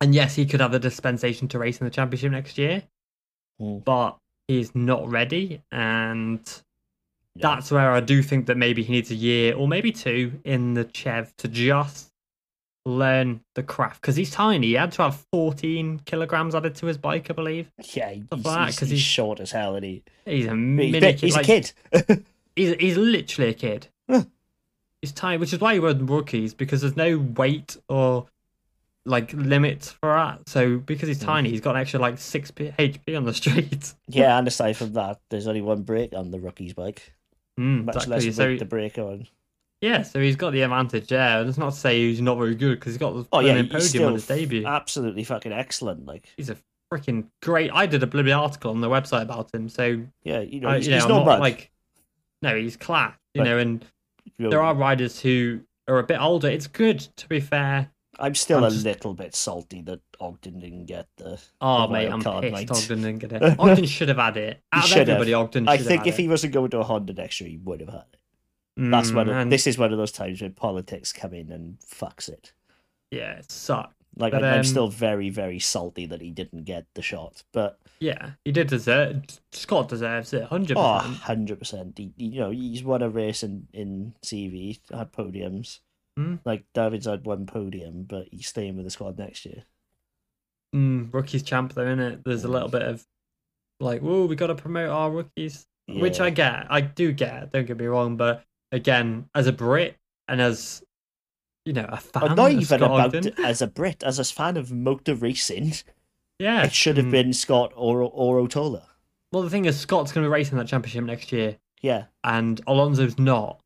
Speaker 1: and yes, he could have the dispensation to race in the championship next year,
Speaker 2: Mm.
Speaker 1: but he's not ready and
Speaker 2: Yeah.
Speaker 1: that's where I do think that maybe he needs a year or maybe two in the Chev to just learn the craft because he's tiny. He had to have 14 kilograms added to his bike, I believe.
Speaker 2: Yeah, he's,
Speaker 1: black,
Speaker 2: he's,
Speaker 1: 'cause
Speaker 2: he's,
Speaker 1: he's-
Speaker 2: short as hell, and he
Speaker 1: He's a
Speaker 2: he's,
Speaker 1: mini
Speaker 2: big, he's
Speaker 1: like,
Speaker 2: a kid.
Speaker 1: He's, he's literally a kid.
Speaker 2: Huh.
Speaker 1: he's tiny, which is why he won rookies because there's no weight or like limits for that. So because he's
Speaker 2: Mm.
Speaker 1: tiny, he's got an extra like six P- HP on the street.
Speaker 2: yeah, and aside from that, there's only one brake on the rookie's bike.
Speaker 1: Mm,
Speaker 2: Hmm, Much
Speaker 1: exactly.
Speaker 2: less
Speaker 1: So
Speaker 2: with the brake on.
Speaker 1: yeah, so he's got the advantage there. And it's not to say he's not very good because he's got the
Speaker 2: Oh yeah,
Speaker 1: blooming podium
Speaker 2: he's still uh,
Speaker 1: on his debut.
Speaker 2: absolutely fucking excellent. Like
Speaker 1: he's a freaking great. I did a bloody article on the website about him, so
Speaker 2: yeah, you know,
Speaker 1: I,
Speaker 2: he's,
Speaker 1: you know,
Speaker 2: he's
Speaker 1: I'm
Speaker 2: not
Speaker 1: not
Speaker 2: bad.
Speaker 1: like no, he's class, you
Speaker 2: But-
Speaker 1: know. And
Speaker 2: you know,
Speaker 1: there are riders who are a bit older. It's good to be fair.
Speaker 2: I'm still
Speaker 1: I'm
Speaker 2: a
Speaker 1: just-
Speaker 2: little bit salty that Ogden didn't get the.
Speaker 1: Oh
Speaker 2: The
Speaker 1: mate,
Speaker 2: wild
Speaker 1: I'm
Speaker 2: card,
Speaker 1: pissed.
Speaker 2: mate.
Speaker 1: Ogden didn't get it. Ogden should have had it. Out of
Speaker 2: should have.
Speaker 1: everybody, Ogden.
Speaker 2: I
Speaker 1: should
Speaker 2: think
Speaker 1: have
Speaker 2: if
Speaker 1: had
Speaker 2: he wasn't going to Honda next year, he would have had it.
Speaker 1: it.
Speaker 2: That's
Speaker 1: Mm,
Speaker 2: one. Of,
Speaker 1: and-
Speaker 2: this is one of those times when politics come in and fucks it.
Speaker 1: Yeah, it sucked.
Speaker 2: Like
Speaker 1: But,
Speaker 2: I, I'm
Speaker 1: um,
Speaker 2: still very, very salty that he didn't get the shot, but
Speaker 1: Yeah, he did deserve. Scott deserves it, hundred
Speaker 2: Oh,
Speaker 1: percent.
Speaker 2: 100%. He, he- you know, he's won a race in, in CV, had podiums.
Speaker 1: Mm.
Speaker 2: Like, David's had one podium, but he's staying with the squad next year.
Speaker 1: Mm, rookies champ though, innit? There's a little
Speaker 2: Mm.
Speaker 1: bit of like, whoa, we got to promote our rookies. which I
Speaker 2: Yeah.
Speaker 1: get, I do get. Don't get me wrong, but again, as a Brit and as you know, a fan,
Speaker 2: But not
Speaker 1: of
Speaker 2: even
Speaker 1: Scott
Speaker 2: about
Speaker 1: Ogden,
Speaker 2: as a Brit, as a fan of motor racing,
Speaker 1: yeah,
Speaker 2: it should have
Speaker 1: mm.
Speaker 2: been Scott or, or O'Tola.
Speaker 1: Well, the thing is, Scott's going to be racing that championship next year,
Speaker 2: Yeah.
Speaker 1: and Alonso's not.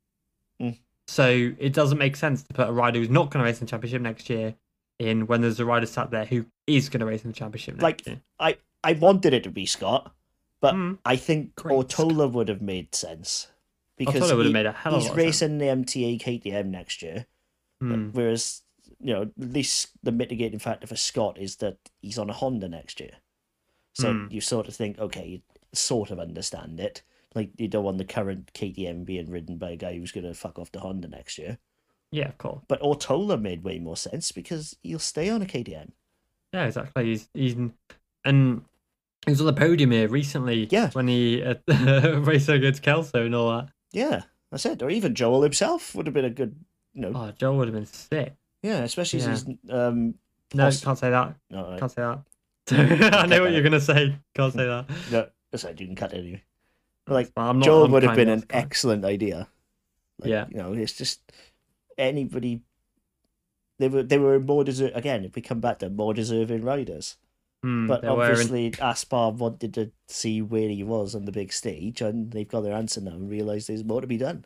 Speaker 2: Mm.
Speaker 1: So it doesn't make sense to put a rider who's not going to race in the championship next year in when there's a rider sat there who is going to race in the championship next
Speaker 2: Like,
Speaker 1: year.
Speaker 2: I, I wanted it to be Scott, but
Speaker 1: Mm.
Speaker 2: I think
Speaker 1: Great
Speaker 2: O'Tola would have made sense. Because
Speaker 1: Altola would have
Speaker 2: he-
Speaker 1: made a hell of a
Speaker 2: he's
Speaker 1: lot of sense.
Speaker 2: racing the MTA KTM next year.
Speaker 1: Mm.
Speaker 2: Whereas, you know, at least the mitigating factor for Scott is that he's on a Honda next year. So
Speaker 1: Hmm.
Speaker 2: you sort of think, okay, you sort of understand it. Like, you don't want the current KTM being ridden by a guy who's going to fuck off to Honda next year.
Speaker 1: Yeah, of course.
Speaker 2: But Ortola made way more sense because he'll stay on a KTM.
Speaker 1: Yeah, exactly. He's he's and He was on the podium here recently.
Speaker 2: Yeah.
Speaker 1: When he uh, raced against Kelso and all that.
Speaker 2: Yeah, that's it. Or even Joel himself would have been a good, you know,
Speaker 1: Oh, Joel would have been sick.
Speaker 2: yeah, especially since um, oh,
Speaker 1: No,
Speaker 2: Poss-
Speaker 1: can't say that.
Speaker 2: all right.
Speaker 1: Can't say that. I know what you're gonna say. Can't say that.
Speaker 2: no, aside you can cut it anyway. But, like
Speaker 1: Well, I'm not-
Speaker 2: Joel
Speaker 1: I'm
Speaker 2: would have
Speaker 1: kind
Speaker 2: been
Speaker 1: of-
Speaker 2: an excellent idea. Like,
Speaker 1: Yeah.
Speaker 2: you know, it's just anybody. They were they were more deserve again. If we come back, they're more deserving riders.
Speaker 1: Hmm,
Speaker 2: But
Speaker 1: they were in-
Speaker 2: obviously, Aspar wanted to see where he was on the big stage, and they've got their answer now and realised there's more to be done.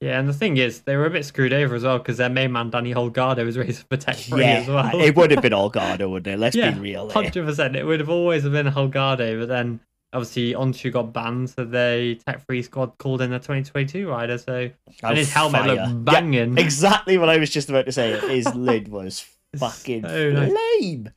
Speaker 1: Yeah, and the thing is, they were a bit screwed over as well because their main man Danny Holgado was racing for Tech Free
Speaker 2: yeah,
Speaker 1: as well.
Speaker 2: it would have been Olgado, wouldn't it? Let's be real. here.
Speaker 1: hundred percent. It would have always been Holgado, but then obviously Onshu got banned, so they Tech Free squad called in the 2022 rider. So
Speaker 2: Oh,
Speaker 1: and his helmet
Speaker 2: fire.
Speaker 1: looked
Speaker 2: Yeah,
Speaker 1: banging.
Speaker 2: exactly what I was just about to say. His lid was
Speaker 1: It's
Speaker 2: fucking
Speaker 1: so nice.
Speaker 2: flame.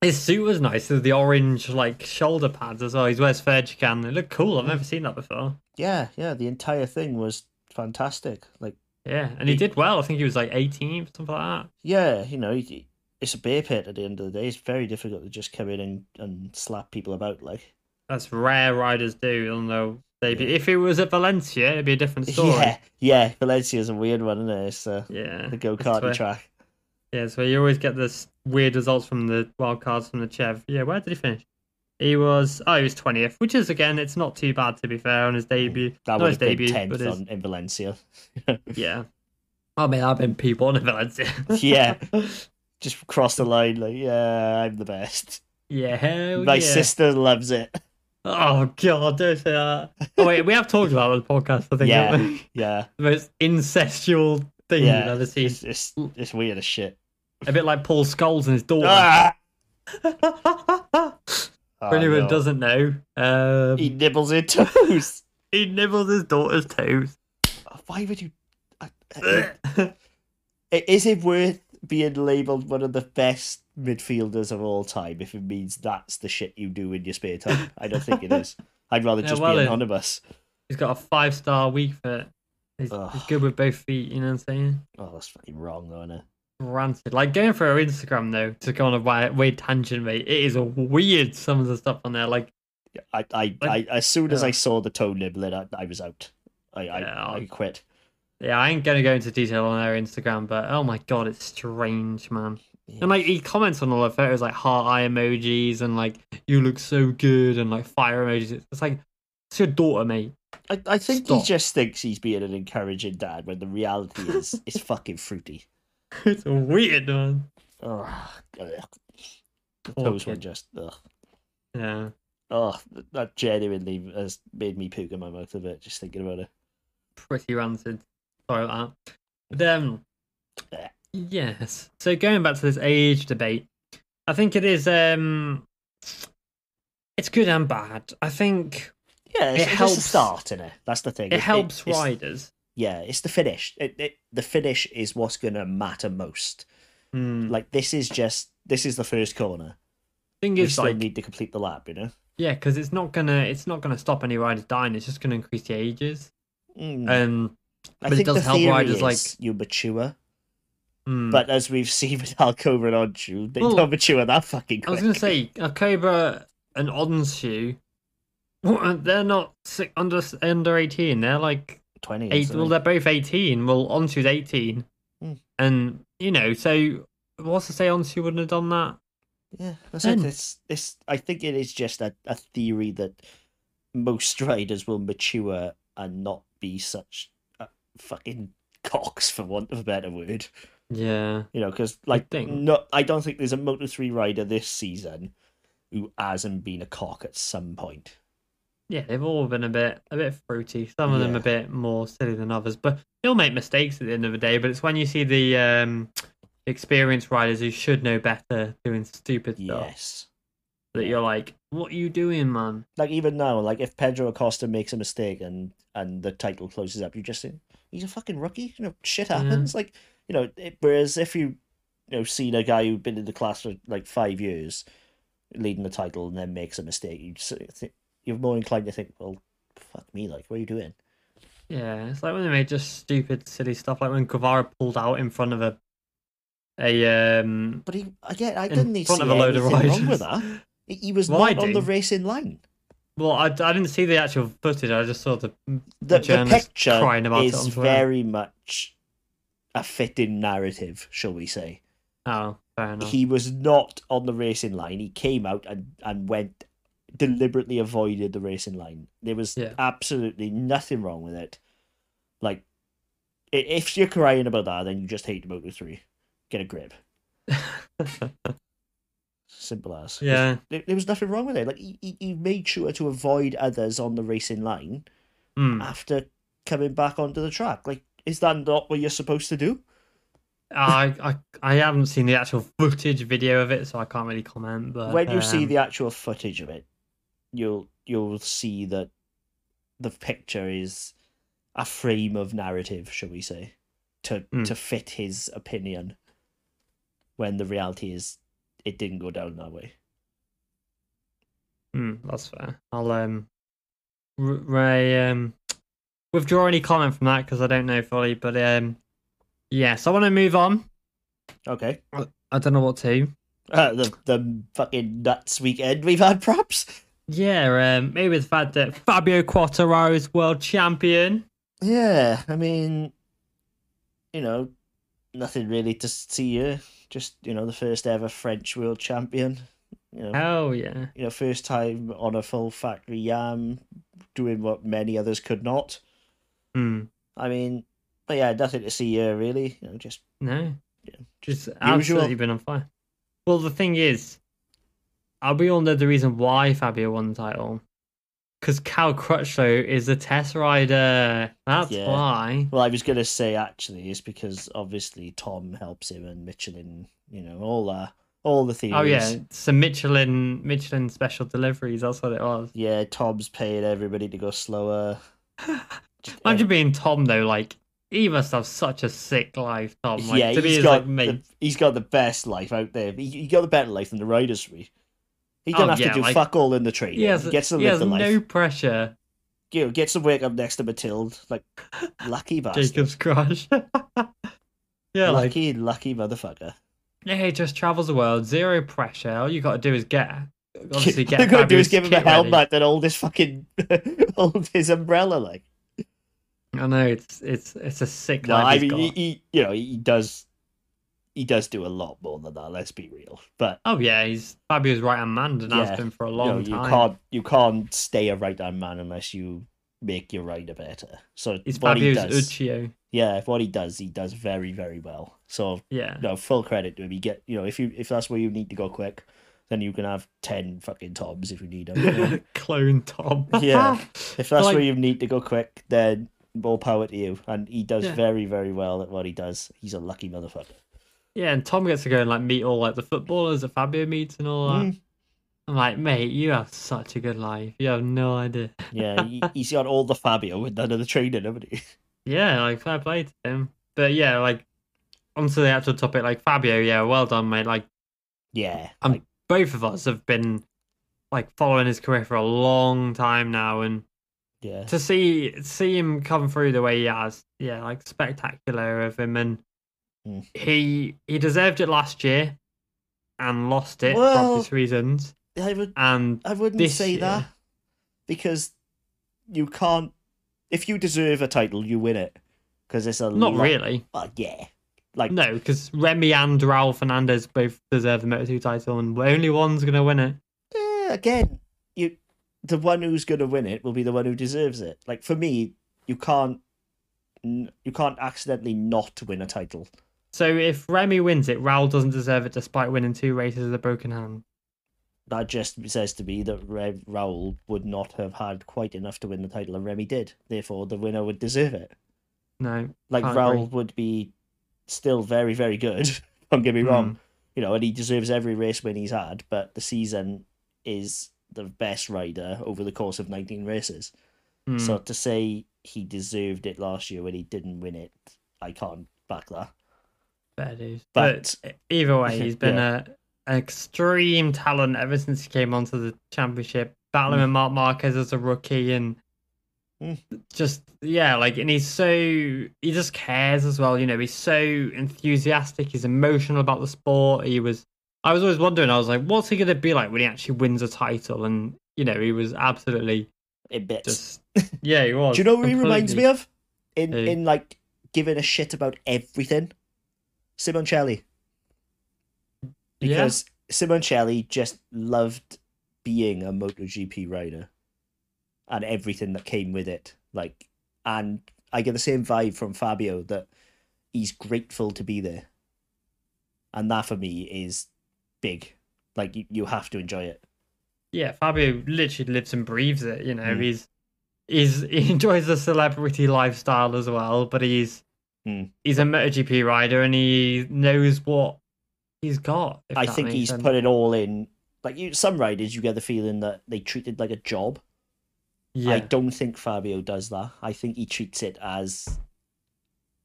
Speaker 1: His suit was nice, with the orange like shoulder pads as well. He wears third can. It looked cool. I've never seen that before.
Speaker 2: Yeah, yeah. The entire thing was fantastic. Like,
Speaker 1: Yeah, and he did well. I think he was like 18th, something like that.
Speaker 2: yeah, you know, it- it's a beer pit at the end of the day. It's very difficult to just come in and, and slap people about. Like,
Speaker 1: That's rare riders do. I don't know. They'd be,
Speaker 2: Yeah.
Speaker 1: If it was at Valencia, it'd be a different story.
Speaker 2: yeah, yeah. Valencia's a weird one, isn't it? It's uh,
Speaker 1: Yeah.
Speaker 2: the go
Speaker 1: That's where-
Speaker 2: kart track.
Speaker 1: Yeah, so you always get this weird results from the wild cards from the Chev. Yeah, where did he finish? He was oh he was twentieth, which is again it's not too bad to be fair on his debut.
Speaker 2: Mm, That
Speaker 1: not
Speaker 2: would
Speaker 1: his
Speaker 2: have been
Speaker 1: debut,
Speaker 2: tenth
Speaker 1: but his,
Speaker 2: on in Valencia.
Speaker 1: yeah. I mean I've been people in Valencia.
Speaker 2: Yeah. just cross the line. Like, yeah, I'm the best.
Speaker 1: yeah. hell
Speaker 2: My
Speaker 1: yeah.
Speaker 2: sister loves it.
Speaker 1: Oh god, don't say that. Oh wait, we have talked about it on the podcast, I think.
Speaker 2: Yeah.
Speaker 1: haven't we?
Speaker 2: Yeah,
Speaker 1: the most incestual thing you've
Speaker 2: yeah.
Speaker 1: ever seen.
Speaker 2: It's, it's, it's weird as shit.
Speaker 1: A bit like Paul Scholes and his daughter.
Speaker 2: Ah!
Speaker 1: For
Speaker 2: Oh,
Speaker 1: anyone who
Speaker 2: no.
Speaker 1: doesn't know, um,
Speaker 2: He nibbles in toes.
Speaker 1: he nibbles his daughter's toes.
Speaker 2: Why would you? I- I- I- Is it worth being labelled one of the best midfielders of all time if it means that's the shit you do in your spare time? I don't think it is. I'd rather
Speaker 1: Yeah,
Speaker 2: just
Speaker 1: well,
Speaker 2: be
Speaker 1: it-
Speaker 2: anonymous.
Speaker 1: He's got a five star weak foot. He's,
Speaker 2: Ugh.
Speaker 1: he's good with both feet, you know what I'm saying?
Speaker 2: Oh, that's fucking wrong, though, innit?
Speaker 1: Granted. Like going for her Instagram though, to go on a wi- weird tangent, mate. It is weird some of the stuff on there. Like
Speaker 2: I, I,
Speaker 1: I-
Speaker 2: I, as soon as
Speaker 1: yeah.
Speaker 2: I saw the toe nibbling, I, I was out. I,
Speaker 1: Yeah,
Speaker 2: I, I
Speaker 1: I-
Speaker 2: quit.
Speaker 1: yeah, I ain't gonna go into detail on her Instagram, but oh my god, it's strange, man. And like he comments on all her photos like heart eye emojis and like you look so good and like fire emojis. It's like it's your daughter, mate.
Speaker 2: I, I think
Speaker 1: Stop.
Speaker 2: he just thinks he's being an encouraging dad when the reality is it's fucking fruity.
Speaker 1: it's weird, man.
Speaker 2: Oh, ugh. the
Speaker 1: Poor
Speaker 2: toes were
Speaker 1: kid.
Speaker 2: just ugh.
Speaker 1: Yeah.
Speaker 2: Oh, that genuinely has made me puke in my mouth a bit just thinking about it.
Speaker 1: pretty ranted. Sorry about that. But, um, yes. So going back to this age debate, I think it is. Um, it's good and bad. I think
Speaker 2: Yeah,
Speaker 1: It
Speaker 2: it's, it's just
Speaker 1: helps-
Speaker 2: the start in it. That's the thing.
Speaker 1: it, helps
Speaker 2: it's-
Speaker 1: riders.
Speaker 2: Yeah, it's the finish. It, it the finish is what's gonna matter most.
Speaker 1: Mm.
Speaker 2: Like this is just this is the first corner.
Speaker 1: thing
Speaker 2: You
Speaker 1: is,
Speaker 2: still
Speaker 1: like,
Speaker 2: need to complete the lap, you know.
Speaker 1: yeah, because it's not gonna, it's not gonna stop any riders dying. It's just gonna increase the ages.
Speaker 2: Mm.
Speaker 1: Um,
Speaker 2: I
Speaker 1: but it
Speaker 2: think
Speaker 1: does
Speaker 2: the
Speaker 1: help
Speaker 2: theory
Speaker 1: riders,
Speaker 2: is
Speaker 1: like-
Speaker 2: you mature,
Speaker 1: mm.
Speaker 2: but as we've seen with Alcova and Onju, they
Speaker 1: Well,
Speaker 2: don't mature that fucking quick.
Speaker 1: I was gonna say, a Cobra and Onshu, they're not si under under eighteen. They're like
Speaker 2: twenty.
Speaker 1: Eight,
Speaker 2: isn't
Speaker 1: well,
Speaker 2: it?
Speaker 1: they're both 18. Well, Onsu's 18.
Speaker 2: Hmm.
Speaker 1: And, you know, so what's to say Onsu wouldn't have done that?
Speaker 2: Yeah, that's it.
Speaker 1: Then-
Speaker 2: This, this, I think it is just a, a theory that most riders will mature and not be such uh, fucking cocks, for want of a better word.
Speaker 1: Yeah.
Speaker 2: You know, because like,
Speaker 1: think.
Speaker 2: no, I don't think there's a Moto Three rider this season who hasn't been a cock at some point.
Speaker 1: Yeah, they've all been a bit a bit fruity. Some of them
Speaker 2: Yeah.
Speaker 1: a bit more silly than others, but they'll make mistakes at the end of the day. But it's when you see the um, experienced riders who should know better doing stupid stuff
Speaker 2: Yes,
Speaker 1: that you're like, what are you doing, man?
Speaker 2: like even now, like if Pedro Acosta makes a mistake and and the title closes up, you just think he's a fucking rookie. You know, shit
Speaker 1: Yeah.
Speaker 2: happens. Like you know, it, whereas if you you know seen a guy who'd been in the class for like five years, leading the title and then makes a mistake, you just think, you're more inclined to think, well, fuck me, like what are you doing?
Speaker 1: Yeah, it's like when they made just stupid, silly stuff, like when Guevara pulled out in front of a a um
Speaker 2: But he again, I
Speaker 1: in
Speaker 2: didn't see
Speaker 1: front of a load of
Speaker 2: anything
Speaker 1: riders.
Speaker 2: wrong with that. He was
Speaker 1: Well, I
Speaker 2: not on the
Speaker 1: do.
Speaker 2: racing line.
Speaker 1: Well, I, I didn't see the actual footage. I just saw the.
Speaker 2: The, the
Speaker 1: journalists
Speaker 2: picture
Speaker 1: crying about it
Speaker 2: is
Speaker 1: on Twitter.
Speaker 2: very much a fitting narrative, shall we say.
Speaker 1: Oh, fair enough.
Speaker 2: He was not on the racing line. He came out and, and went deliberately avoided the racing line. There was
Speaker 1: Yeah.
Speaker 2: absolutely nothing wrong with it. Like i- if you're crying about that, then you just hate Moto Three. Get a grip. Simple as.
Speaker 1: yeah.
Speaker 2: There, there was nothing wrong with it. Like he, he, he made sure to avoid others on the racing line
Speaker 1: Hmm.
Speaker 2: after coming back onto the track. Like, is that not what you're supposed to do?
Speaker 1: I, I I haven't seen the actual footage video of it, so I can't really comment. But
Speaker 2: when you see
Speaker 1: um,
Speaker 2: the actual footage of it, you'll you'll see that the picture is a frame of narrative, shall we say, to
Speaker 1: Mm.
Speaker 2: to fit his opinion. When the reality is, it didn't go down that way.
Speaker 1: Hmm, that's fair. I'll um, r- Ray um, withdraw any comment from that because I don't know fully. But um, yes, I want to move on.
Speaker 2: Okay.
Speaker 1: I don't know what to.
Speaker 2: Uh, the the fucking nuts weekend we've had, perhaps.
Speaker 1: Yeah, um, maybe the fact that Fabio Quattararo is world champion.
Speaker 2: Yeah, I mean, you know, nothing really to see here. Just you know, the first ever French world champion. You know,
Speaker 1: Oh yeah,
Speaker 2: you know, first time on a full factory yam, doing what many others could not.
Speaker 1: Hmm.
Speaker 2: I mean, but yeah, nothing to see here really. You know, just
Speaker 1: no, just
Speaker 2: usual.
Speaker 1: absolutely been on fire. Well, the thing is, uh, we all know the reason why Fabio won the title because Cal Crutchlow is a test rider. That's
Speaker 2: Yeah.
Speaker 1: why.
Speaker 2: well, I was gonna say actually, it's because obviously Tom helps him and Michelin. You know, all uh, all the theories.
Speaker 1: Oh yeah, it's a Michelin Michelin special deliveries. That's what it was.
Speaker 2: yeah. Tom's paying everybody to go slower. Just
Speaker 1: Imagine being Tom though. Like he must have such a sick life, Tom. Like,
Speaker 2: yeah,
Speaker 1: to be
Speaker 2: he's
Speaker 1: his,
Speaker 2: got
Speaker 1: like, mate.
Speaker 2: the, he's got the best life out there. He, he got the better life than the riders. We he
Speaker 1: Oh,
Speaker 2: don't have
Speaker 1: yeah,
Speaker 2: to do
Speaker 1: like-
Speaker 2: fuck all in the train.
Speaker 1: He has,
Speaker 2: he gets to
Speaker 1: he
Speaker 2: live
Speaker 1: has
Speaker 2: the life.
Speaker 1: no pressure.
Speaker 2: You know, gets to wake up next to Matilde. Like lucky bastard,
Speaker 1: Jacob's crush. yeah, like,
Speaker 2: lucky lucky motherfucker.
Speaker 1: yeah, he just travels the world, zero pressure. All you got to do is get, obviously
Speaker 2: All
Speaker 1: get.
Speaker 2: you gotta do
Speaker 1: Fabio's
Speaker 2: is give him a
Speaker 1: kit ready.
Speaker 2: helmet and hold his fucking hold his umbrella. Like
Speaker 1: I know it's it's it's a sick
Speaker 2: no,
Speaker 1: life.
Speaker 2: I
Speaker 1: he's
Speaker 2: mean he,
Speaker 1: got.
Speaker 2: he you know he does he does do a lot more than that. Let's be real, but.
Speaker 1: Oh yeah, he's Fabio's right hand man and
Speaker 2: Yeah.
Speaker 1: has been for a
Speaker 2: you know,
Speaker 1: long
Speaker 2: you
Speaker 1: time.
Speaker 2: can't you can't stay a right hand man unless you make your rider better. So
Speaker 1: He's
Speaker 2: what he
Speaker 1: Fabio's
Speaker 2: does,
Speaker 1: Uccio.
Speaker 2: yeah, what he does, he does very, very well. So
Speaker 1: Yeah,
Speaker 2: no, full credit to him. You get, you know, if you if that's where you need to go quick, then you can have ten fucking toms if you need them.
Speaker 1: clone Tom.
Speaker 2: Yeah. if that's
Speaker 1: Like-
Speaker 2: where you need to go quick, then more power to you. And he does
Speaker 1: Yeah.
Speaker 2: very, very well at what he does. He's a lucky motherfucker.
Speaker 1: Yeah, and Tom gets to go and like meet all like the footballers that Fabio meets and all that.
Speaker 2: Mm.
Speaker 1: I'm like, mate, you have such a good life. You have no idea.
Speaker 2: Yeah, he, he's got all the Fabio with none of the training, haven't he?
Speaker 1: Yeah, like fair play to him. But yeah, like onto the actual topic, like Fabio, yeah, well done, mate. Like
Speaker 2: Yeah,
Speaker 1: Um,
Speaker 2: like,
Speaker 1: both of us have been like following his career for a long time now, and
Speaker 2: yeah.
Speaker 1: to see see him come through the way he has, yeah, like spectacular of him, and
Speaker 2: Mm.
Speaker 1: he he deserved it last year and lost it for
Speaker 2: Well-
Speaker 1: obvious reasons,
Speaker 2: I would
Speaker 1: and
Speaker 2: I wouldn't
Speaker 1: this
Speaker 2: say
Speaker 1: year.
Speaker 2: that because you can't. If you deserve a title, you win it because it's a
Speaker 1: not
Speaker 2: lot-
Speaker 1: really.
Speaker 2: Well, yeah, like
Speaker 1: No, because Remy and Raul Fernandez both deserve the Moto2 title, and only one's going to win it.
Speaker 2: eh, again, you the one who's going to win it will be the one who deserves it. Like for me, you can't n- you can't accidentally not win a title.
Speaker 1: So if Remy wins it, Raul doesn't deserve it despite winning two races with a broken hand.
Speaker 2: That just says to me that Rev Raul would not have had quite enough to win the title, and Remy did. Therefore, the winner would deserve it.
Speaker 1: No.
Speaker 2: Like
Speaker 1: Can't
Speaker 2: Raul
Speaker 1: agree.
Speaker 2: would be still very, very good. Don't get me
Speaker 1: Hmm.
Speaker 2: wrong. you know, and he deserves every race win he's had, but the season is the best rider over the course of 19 races.
Speaker 1: Mm, mm.
Speaker 2: So to say he deserved it last year when he didn't win it, I can't back that.
Speaker 1: fair dues. But, e-,
Speaker 2: but-
Speaker 1: either way, he's been a an extreme talent ever since he came onto the championship, battling
Speaker 2: Mm.
Speaker 1: with Mark Marquez as a rookie and
Speaker 2: Mm.
Speaker 1: just yeah, like and he's so he just cares as well, you know, he's so enthusiastic, he's emotional about the sport. He was I was always wondering. I was like, what's he going to be like when he actually wins a title? And you know, he was absolutely
Speaker 2: in bits.
Speaker 1: just yeah, he was.
Speaker 2: Do you know what he reminds me of? In
Speaker 1: Who?
Speaker 2: in like giving a shit about everything, Simoncelli. Because Simoncelli just loved being a MotoGP rider, and everything that came with it. Like, and I get the same vibe from Fabio that he's grateful to be there, and that for me is big. Like, you, you have to enjoy it.
Speaker 1: yeah, Fabio literally lives and breathes it. You know,
Speaker 2: Mm.
Speaker 1: he's he's he enjoys the celebrity lifestyle as well, but he's
Speaker 2: Mm.
Speaker 1: he's a MotoGP rider and he knows what he's got. if
Speaker 2: I
Speaker 1: that
Speaker 2: think
Speaker 1: makes
Speaker 2: he's
Speaker 1: sense.
Speaker 2: put it all in. Like you, some riders, you get the feeling that they treat it like a job.
Speaker 1: yeah,
Speaker 2: I don't think Fabio does that. I think he treats it as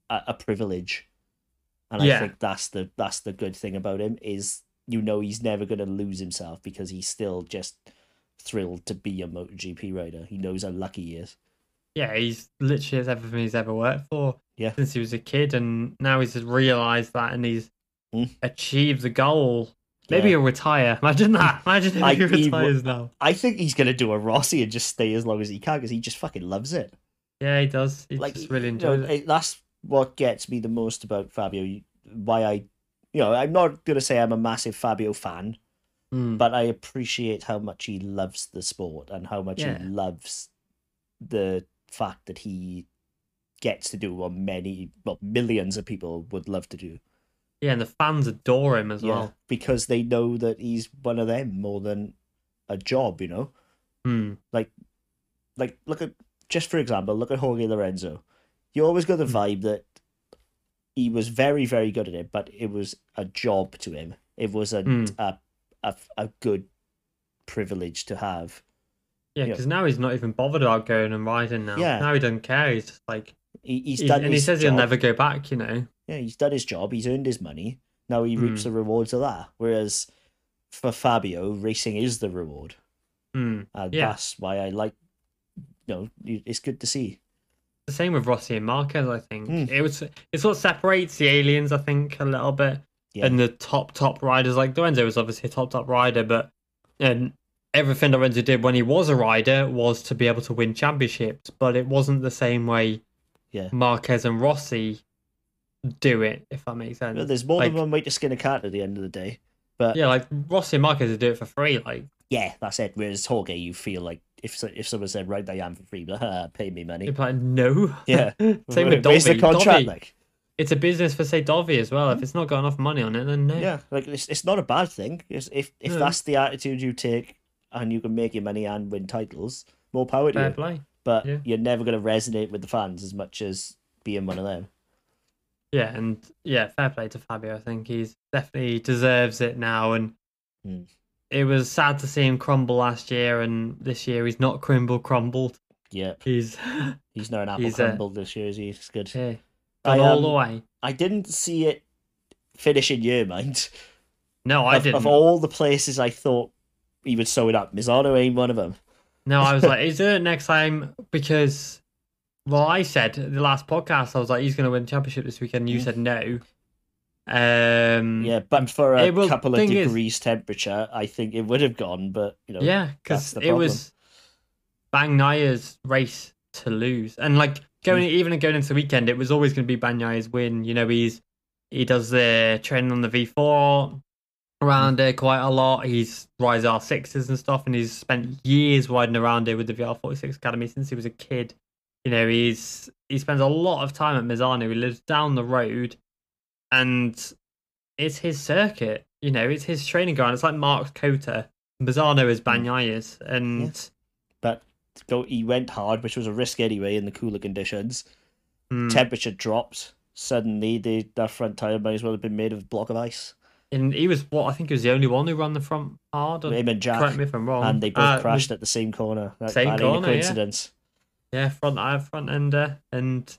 Speaker 2: a, a privilege, and I
Speaker 1: Yeah.
Speaker 2: think that's the that's the good thing about him is you know he's never going to lose himself because he's still just thrilled to be a MotoGP rider. He knows how lucky he is.
Speaker 1: yeah, he's literally has everything he's ever worked for
Speaker 2: Yeah.
Speaker 1: since he was a kid, and now he's realised that and he's
Speaker 2: Mm.
Speaker 1: achieved the goal. Maybe
Speaker 2: Yeah.
Speaker 1: he'll retire. Imagine that. Imagine if
Speaker 2: I-
Speaker 1: he
Speaker 2: he w-
Speaker 1: retires now.
Speaker 2: I think he's going to do a Rossi and just stay as long as he can because he just fucking loves it.
Speaker 1: Yeah, he does. He
Speaker 2: like
Speaker 1: just really
Speaker 2: you know,
Speaker 1: enjoys it.
Speaker 2: it- That's what gets me the most about Fabio. you- Why I, you know, I'm not gonna say I'm a massive Fabio fan,
Speaker 1: Mm.
Speaker 2: but I appreciate how much he loves the sport and how much
Speaker 1: Yeah.
Speaker 2: he loves the fact that he gets to do what many, well, millions of people would love to do.
Speaker 1: Yeah, and the fans adore him as well.
Speaker 2: because they know that he's one of them more than a job. You know,
Speaker 1: Mm.
Speaker 2: like look at just for example, look at Jorge Lorenzo. You always got the
Speaker 1: Hmm.
Speaker 2: vibe that he was very, very good at it, but it was a job to him. It was a
Speaker 1: Hmm.
Speaker 2: a, a a good privilege to have.
Speaker 1: Yeah,
Speaker 2: Yeah.
Speaker 1: because now he's not even bothered about going and riding now.
Speaker 2: Yeah.
Speaker 1: Now he doesn't care. He's just like,
Speaker 2: He, he's,
Speaker 1: he's-
Speaker 2: done.
Speaker 1: and he
Speaker 2: his
Speaker 1: says
Speaker 2: job.
Speaker 1: he'll never go back, you know?
Speaker 2: Yeah, he's done his job. He's earned his money. Now he reaps
Speaker 1: Hmm.
Speaker 2: the rewards of that. Whereas for Fabio, racing is the reward,
Speaker 1: Mm.
Speaker 2: and
Speaker 1: Yeah.
Speaker 2: that's why I like. You know, it's good to see.
Speaker 1: The same with Rossi and Marquez, I think.
Speaker 2: Mm.
Speaker 1: It was it's what separates the aliens, I think, a little bit.
Speaker 2: Yeah.
Speaker 1: And the top top riders, like Lorenzo was obviously a top top rider, but and everything Lorenzo did when he was a rider was to be able to win championships, but it wasn't the same way
Speaker 2: Yeah.
Speaker 1: Marquez and Rossi do it, if that makes sense.
Speaker 2: Well, there's more than
Speaker 1: like-
Speaker 2: one way to skin a cat at the end of the day. But
Speaker 1: Yeah, like Rossi and Marquez would do it for free. Like
Speaker 2: yeah, that's it. Whereas Jorge, you feel like if so- if someone said, "Right, I am for free," blah, blah, pay me money.
Speaker 1: you'd be like, no.
Speaker 2: Yeah,
Speaker 1: Same with
Speaker 2: Where's the
Speaker 1: Dolby.
Speaker 2: contract,
Speaker 1: Dolby.
Speaker 2: like
Speaker 1: It's a business for say Dovi as well. If it's not got enough money on it, then no.
Speaker 2: yeah, like it's, it's not a bad thing. It's, if if
Speaker 1: No.
Speaker 2: that's the attitude you take, and you can make your money and win titles, more power to
Speaker 1: Fair
Speaker 2: you.
Speaker 1: play.
Speaker 2: But
Speaker 1: yeah.
Speaker 2: you're never going to resonate with the fans as much as being one of them.
Speaker 1: Yeah, and yeah, fair play to Fabio. I think he's definitely deserves it now. And
Speaker 2: Mm.
Speaker 1: it was sad to see him crumble last year, and this year he's not crumble crumbled.
Speaker 2: Yep,
Speaker 1: He's
Speaker 2: he's not an apple
Speaker 1: He's, uh,
Speaker 2: crumble this year. Is he? It's good.
Speaker 1: yeah,
Speaker 2: I,
Speaker 1: gone all the
Speaker 2: um,
Speaker 1: way.
Speaker 2: I didn't see it finish in your mind.
Speaker 1: No, I
Speaker 2: of,
Speaker 1: didn't.
Speaker 2: of all the places I thought he would sew it up, Mizano ain't one of them.
Speaker 1: No, I was like, he's doing it next time because, well, I said in the last podcast, I was like, he's going to win the championship this weekend. You
Speaker 2: Mm.
Speaker 1: said no. Um,
Speaker 2: Yeah, but for a
Speaker 1: It will-
Speaker 2: couple of
Speaker 1: thing is-
Speaker 2: degrees temperature, I think it would have gone. But you know,
Speaker 1: yeah, because
Speaker 2: that's the
Speaker 1: it was Bang Naya's race to lose, and like going
Speaker 2: Mm.
Speaker 1: even going into the weekend, it was always going to be Bang Naya's win. You know, he's he does the training on the V four around
Speaker 2: Mm.
Speaker 1: here quite a lot. He's rides R sixes and stuff, and he's spent years riding around here with the VR forty six Academy since he was a kid. You know, he's he spends a lot of time at Mizano. He lives down the road, and it's his circuit. You know, it's his training ground. It's like Mark's Kota. Mizano
Speaker 2: Hmm.
Speaker 1: is Banyaya's, and
Speaker 2: but go, he went hard, which was a risk anyway in the cooler conditions.
Speaker 1: mm,
Speaker 2: Temperature dropped suddenly. The that front tire might as well have been made of a block of ice.
Speaker 1: and he was what I think he was the only one who ran the front hard.
Speaker 2: Him and Jack,
Speaker 1: Correct me if I'm wrong.
Speaker 2: and they both
Speaker 1: Uh,
Speaker 2: crashed at the same corner. That,
Speaker 1: same
Speaker 2: that ain't
Speaker 1: corner,
Speaker 2: a
Speaker 1: yeah.
Speaker 2: coincidence.
Speaker 1: Yeah, front I front ender, and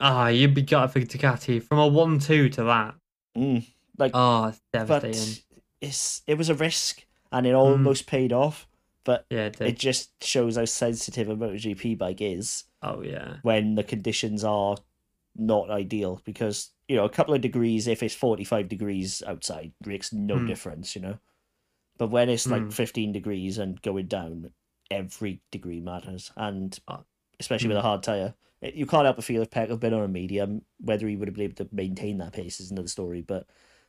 Speaker 1: ah, you'd be gutted for Ducati from a one-two to that.
Speaker 2: Mm.
Speaker 1: Oh, it's
Speaker 2: But
Speaker 1: devastating.
Speaker 2: it's it was a risk, and it almost paid off. But
Speaker 1: yeah, it Mm. did.
Speaker 2: it just shows how sensitive a MotoGP bike is.
Speaker 1: oh yeah,
Speaker 2: when the conditions are not ideal because you know, a couple of degrees if it's 45 degrees outside makes no
Speaker 1: Hmm.
Speaker 2: difference, you know. But when it's like
Speaker 1: Hmm.
Speaker 2: 15 degrees and going down, every degree matters. And
Speaker 1: Uh,
Speaker 2: especially with a hard tyre, It- you can't help but feel if Peck had been on a medium, whether he would have been able to maintain that pace is another story. But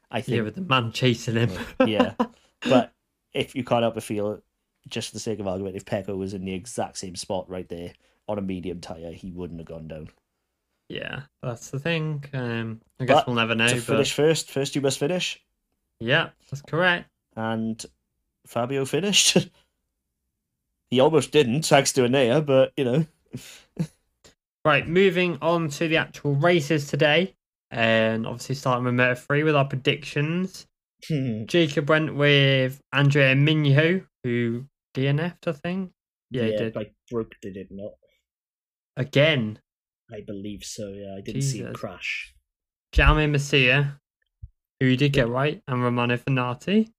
Speaker 2: I
Speaker 1: Yeah,
Speaker 2: think, Hmm.
Speaker 1: with the man chasing him.
Speaker 2: yeah. But if you can't help but feel, just for the sake of argument, if Pecco was in the exact same spot right there on a medium tyre, he wouldn't have gone down.
Speaker 1: yeah, that's the thing. Um, I guess
Speaker 2: But
Speaker 1: we'll never know.
Speaker 2: to
Speaker 1: but
Speaker 2: finish first, first you must finish.
Speaker 1: yeah, that's correct.
Speaker 2: and Fabio finished. he almost didn't, thanks to Anea, but you know.
Speaker 1: Right, moving on to the actual races today, and obviously starting with Moto Three with our predictions. Jacob went with Andrea Minho, who DNF'd, I think. Yeah, he did
Speaker 2: Like broke, did it not?
Speaker 1: again.
Speaker 2: I believe so. Yeah, I
Speaker 1: didn't see him Jesus.
Speaker 2: crash.
Speaker 1: Jaume Messia, who you did get right, and Romano Finati.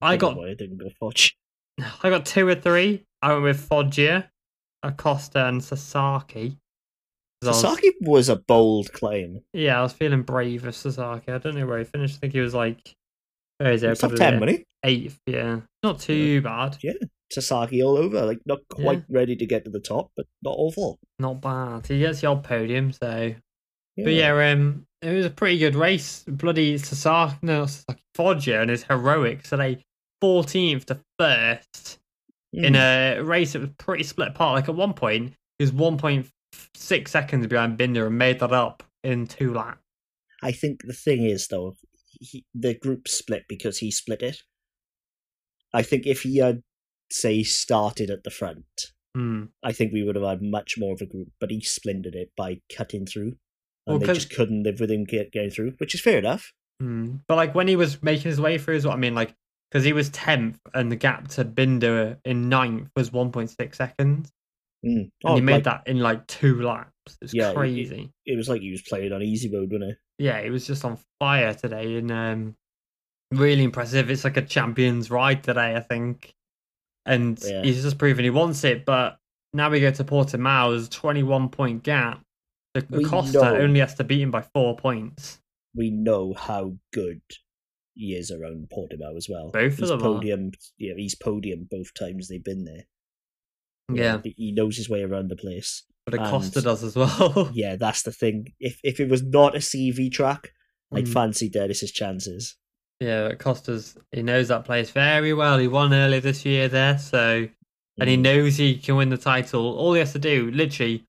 Speaker 1: I got
Speaker 2: I didn't go fudge.
Speaker 1: I got two or three. I went with Foggia, Acosta, and Sasaki. 'Cause I was-
Speaker 2: Sasaki was a bold claim.
Speaker 1: yeah, I was feeling brave with Sasaki. I don't know where he finished. I think he was like, where is he?
Speaker 2: It's top
Speaker 1: Probably
Speaker 2: ten, money.
Speaker 1: eighth. Yeah, not too bad.
Speaker 2: Sasaki all over, like not quite ready to get to the top, but not awful.
Speaker 1: Not bad. He gets the odd podium, so. But yeah, um, it was a pretty good race. Bloody Sasaki, no, not Sasaki Foggia, and his heroic. So they fourteenth to first.
Speaker 2: Hmm.
Speaker 1: in a race that was pretty split apart. Like at one point, he was 1.6 seconds behind Binder and made that up in two laps.
Speaker 2: I think the thing is though, he, the group split because he split it. I think if he had, say, started at the front,
Speaker 1: Hmm.
Speaker 2: I think we would have had much more of a group. But he splintered it by cutting through,
Speaker 1: Well,
Speaker 2: and they
Speaker 1: 'cause-
Speaker 2: just couldn't live with him get, going through, which is fair enough.
Speaker 1: Hmm. But like when he was making his way through, is what I mean. Like because he was 10th and the gap to Binder in 9th was 1.6 seconds.
Speaker 2: Mm.
Speaker 1: And he made
Speaker 2: like,
Speaker 1: that in like two laps. It's
Speaker 2: Yeah, it-
Speaker 1: crazy.
Speaker 2: It was like he was playing on easy mode, wasn't it?
Speaker 1: yeah, it was just on fire today and um, really impressive. It's like a champion's ride today, I think. And
Speaker 2: Yeah.
Speaker 1: he's just proven he wants it. But now we go to Portimao's 21 point gap. The
Speaker 2: We
Speaker 1: Costa
Speaker 2: know.
Speaker 1: only has to beat him by four points.
Speaker 2: We know how good he is around Portimao as well.
Speaker 1: Both of
Speaker 2: he's
Speaker 1: them are.
Speaker 2: podium. Yeah, he's podium both times they've been there. You
Speaker 1: Yeah,
Speaker 2: know, he- he knows his way around the place.
Speaker 1: but
Speaker 2: and-
Speaker 1: Acosta does as well.
Speaker 2: Yeah, that's the thing. If if it was not a CV track, I'd
Speaker 1: Mm.
Speaker 2: fancy Dennis's chances.
Speaker 1: Yeah, Acosta's he knows that place very well. He won earlier this year there, so and
Speaker 2: Hmm.
Speaker 1: he knows he can win the title. All he has to do, literally,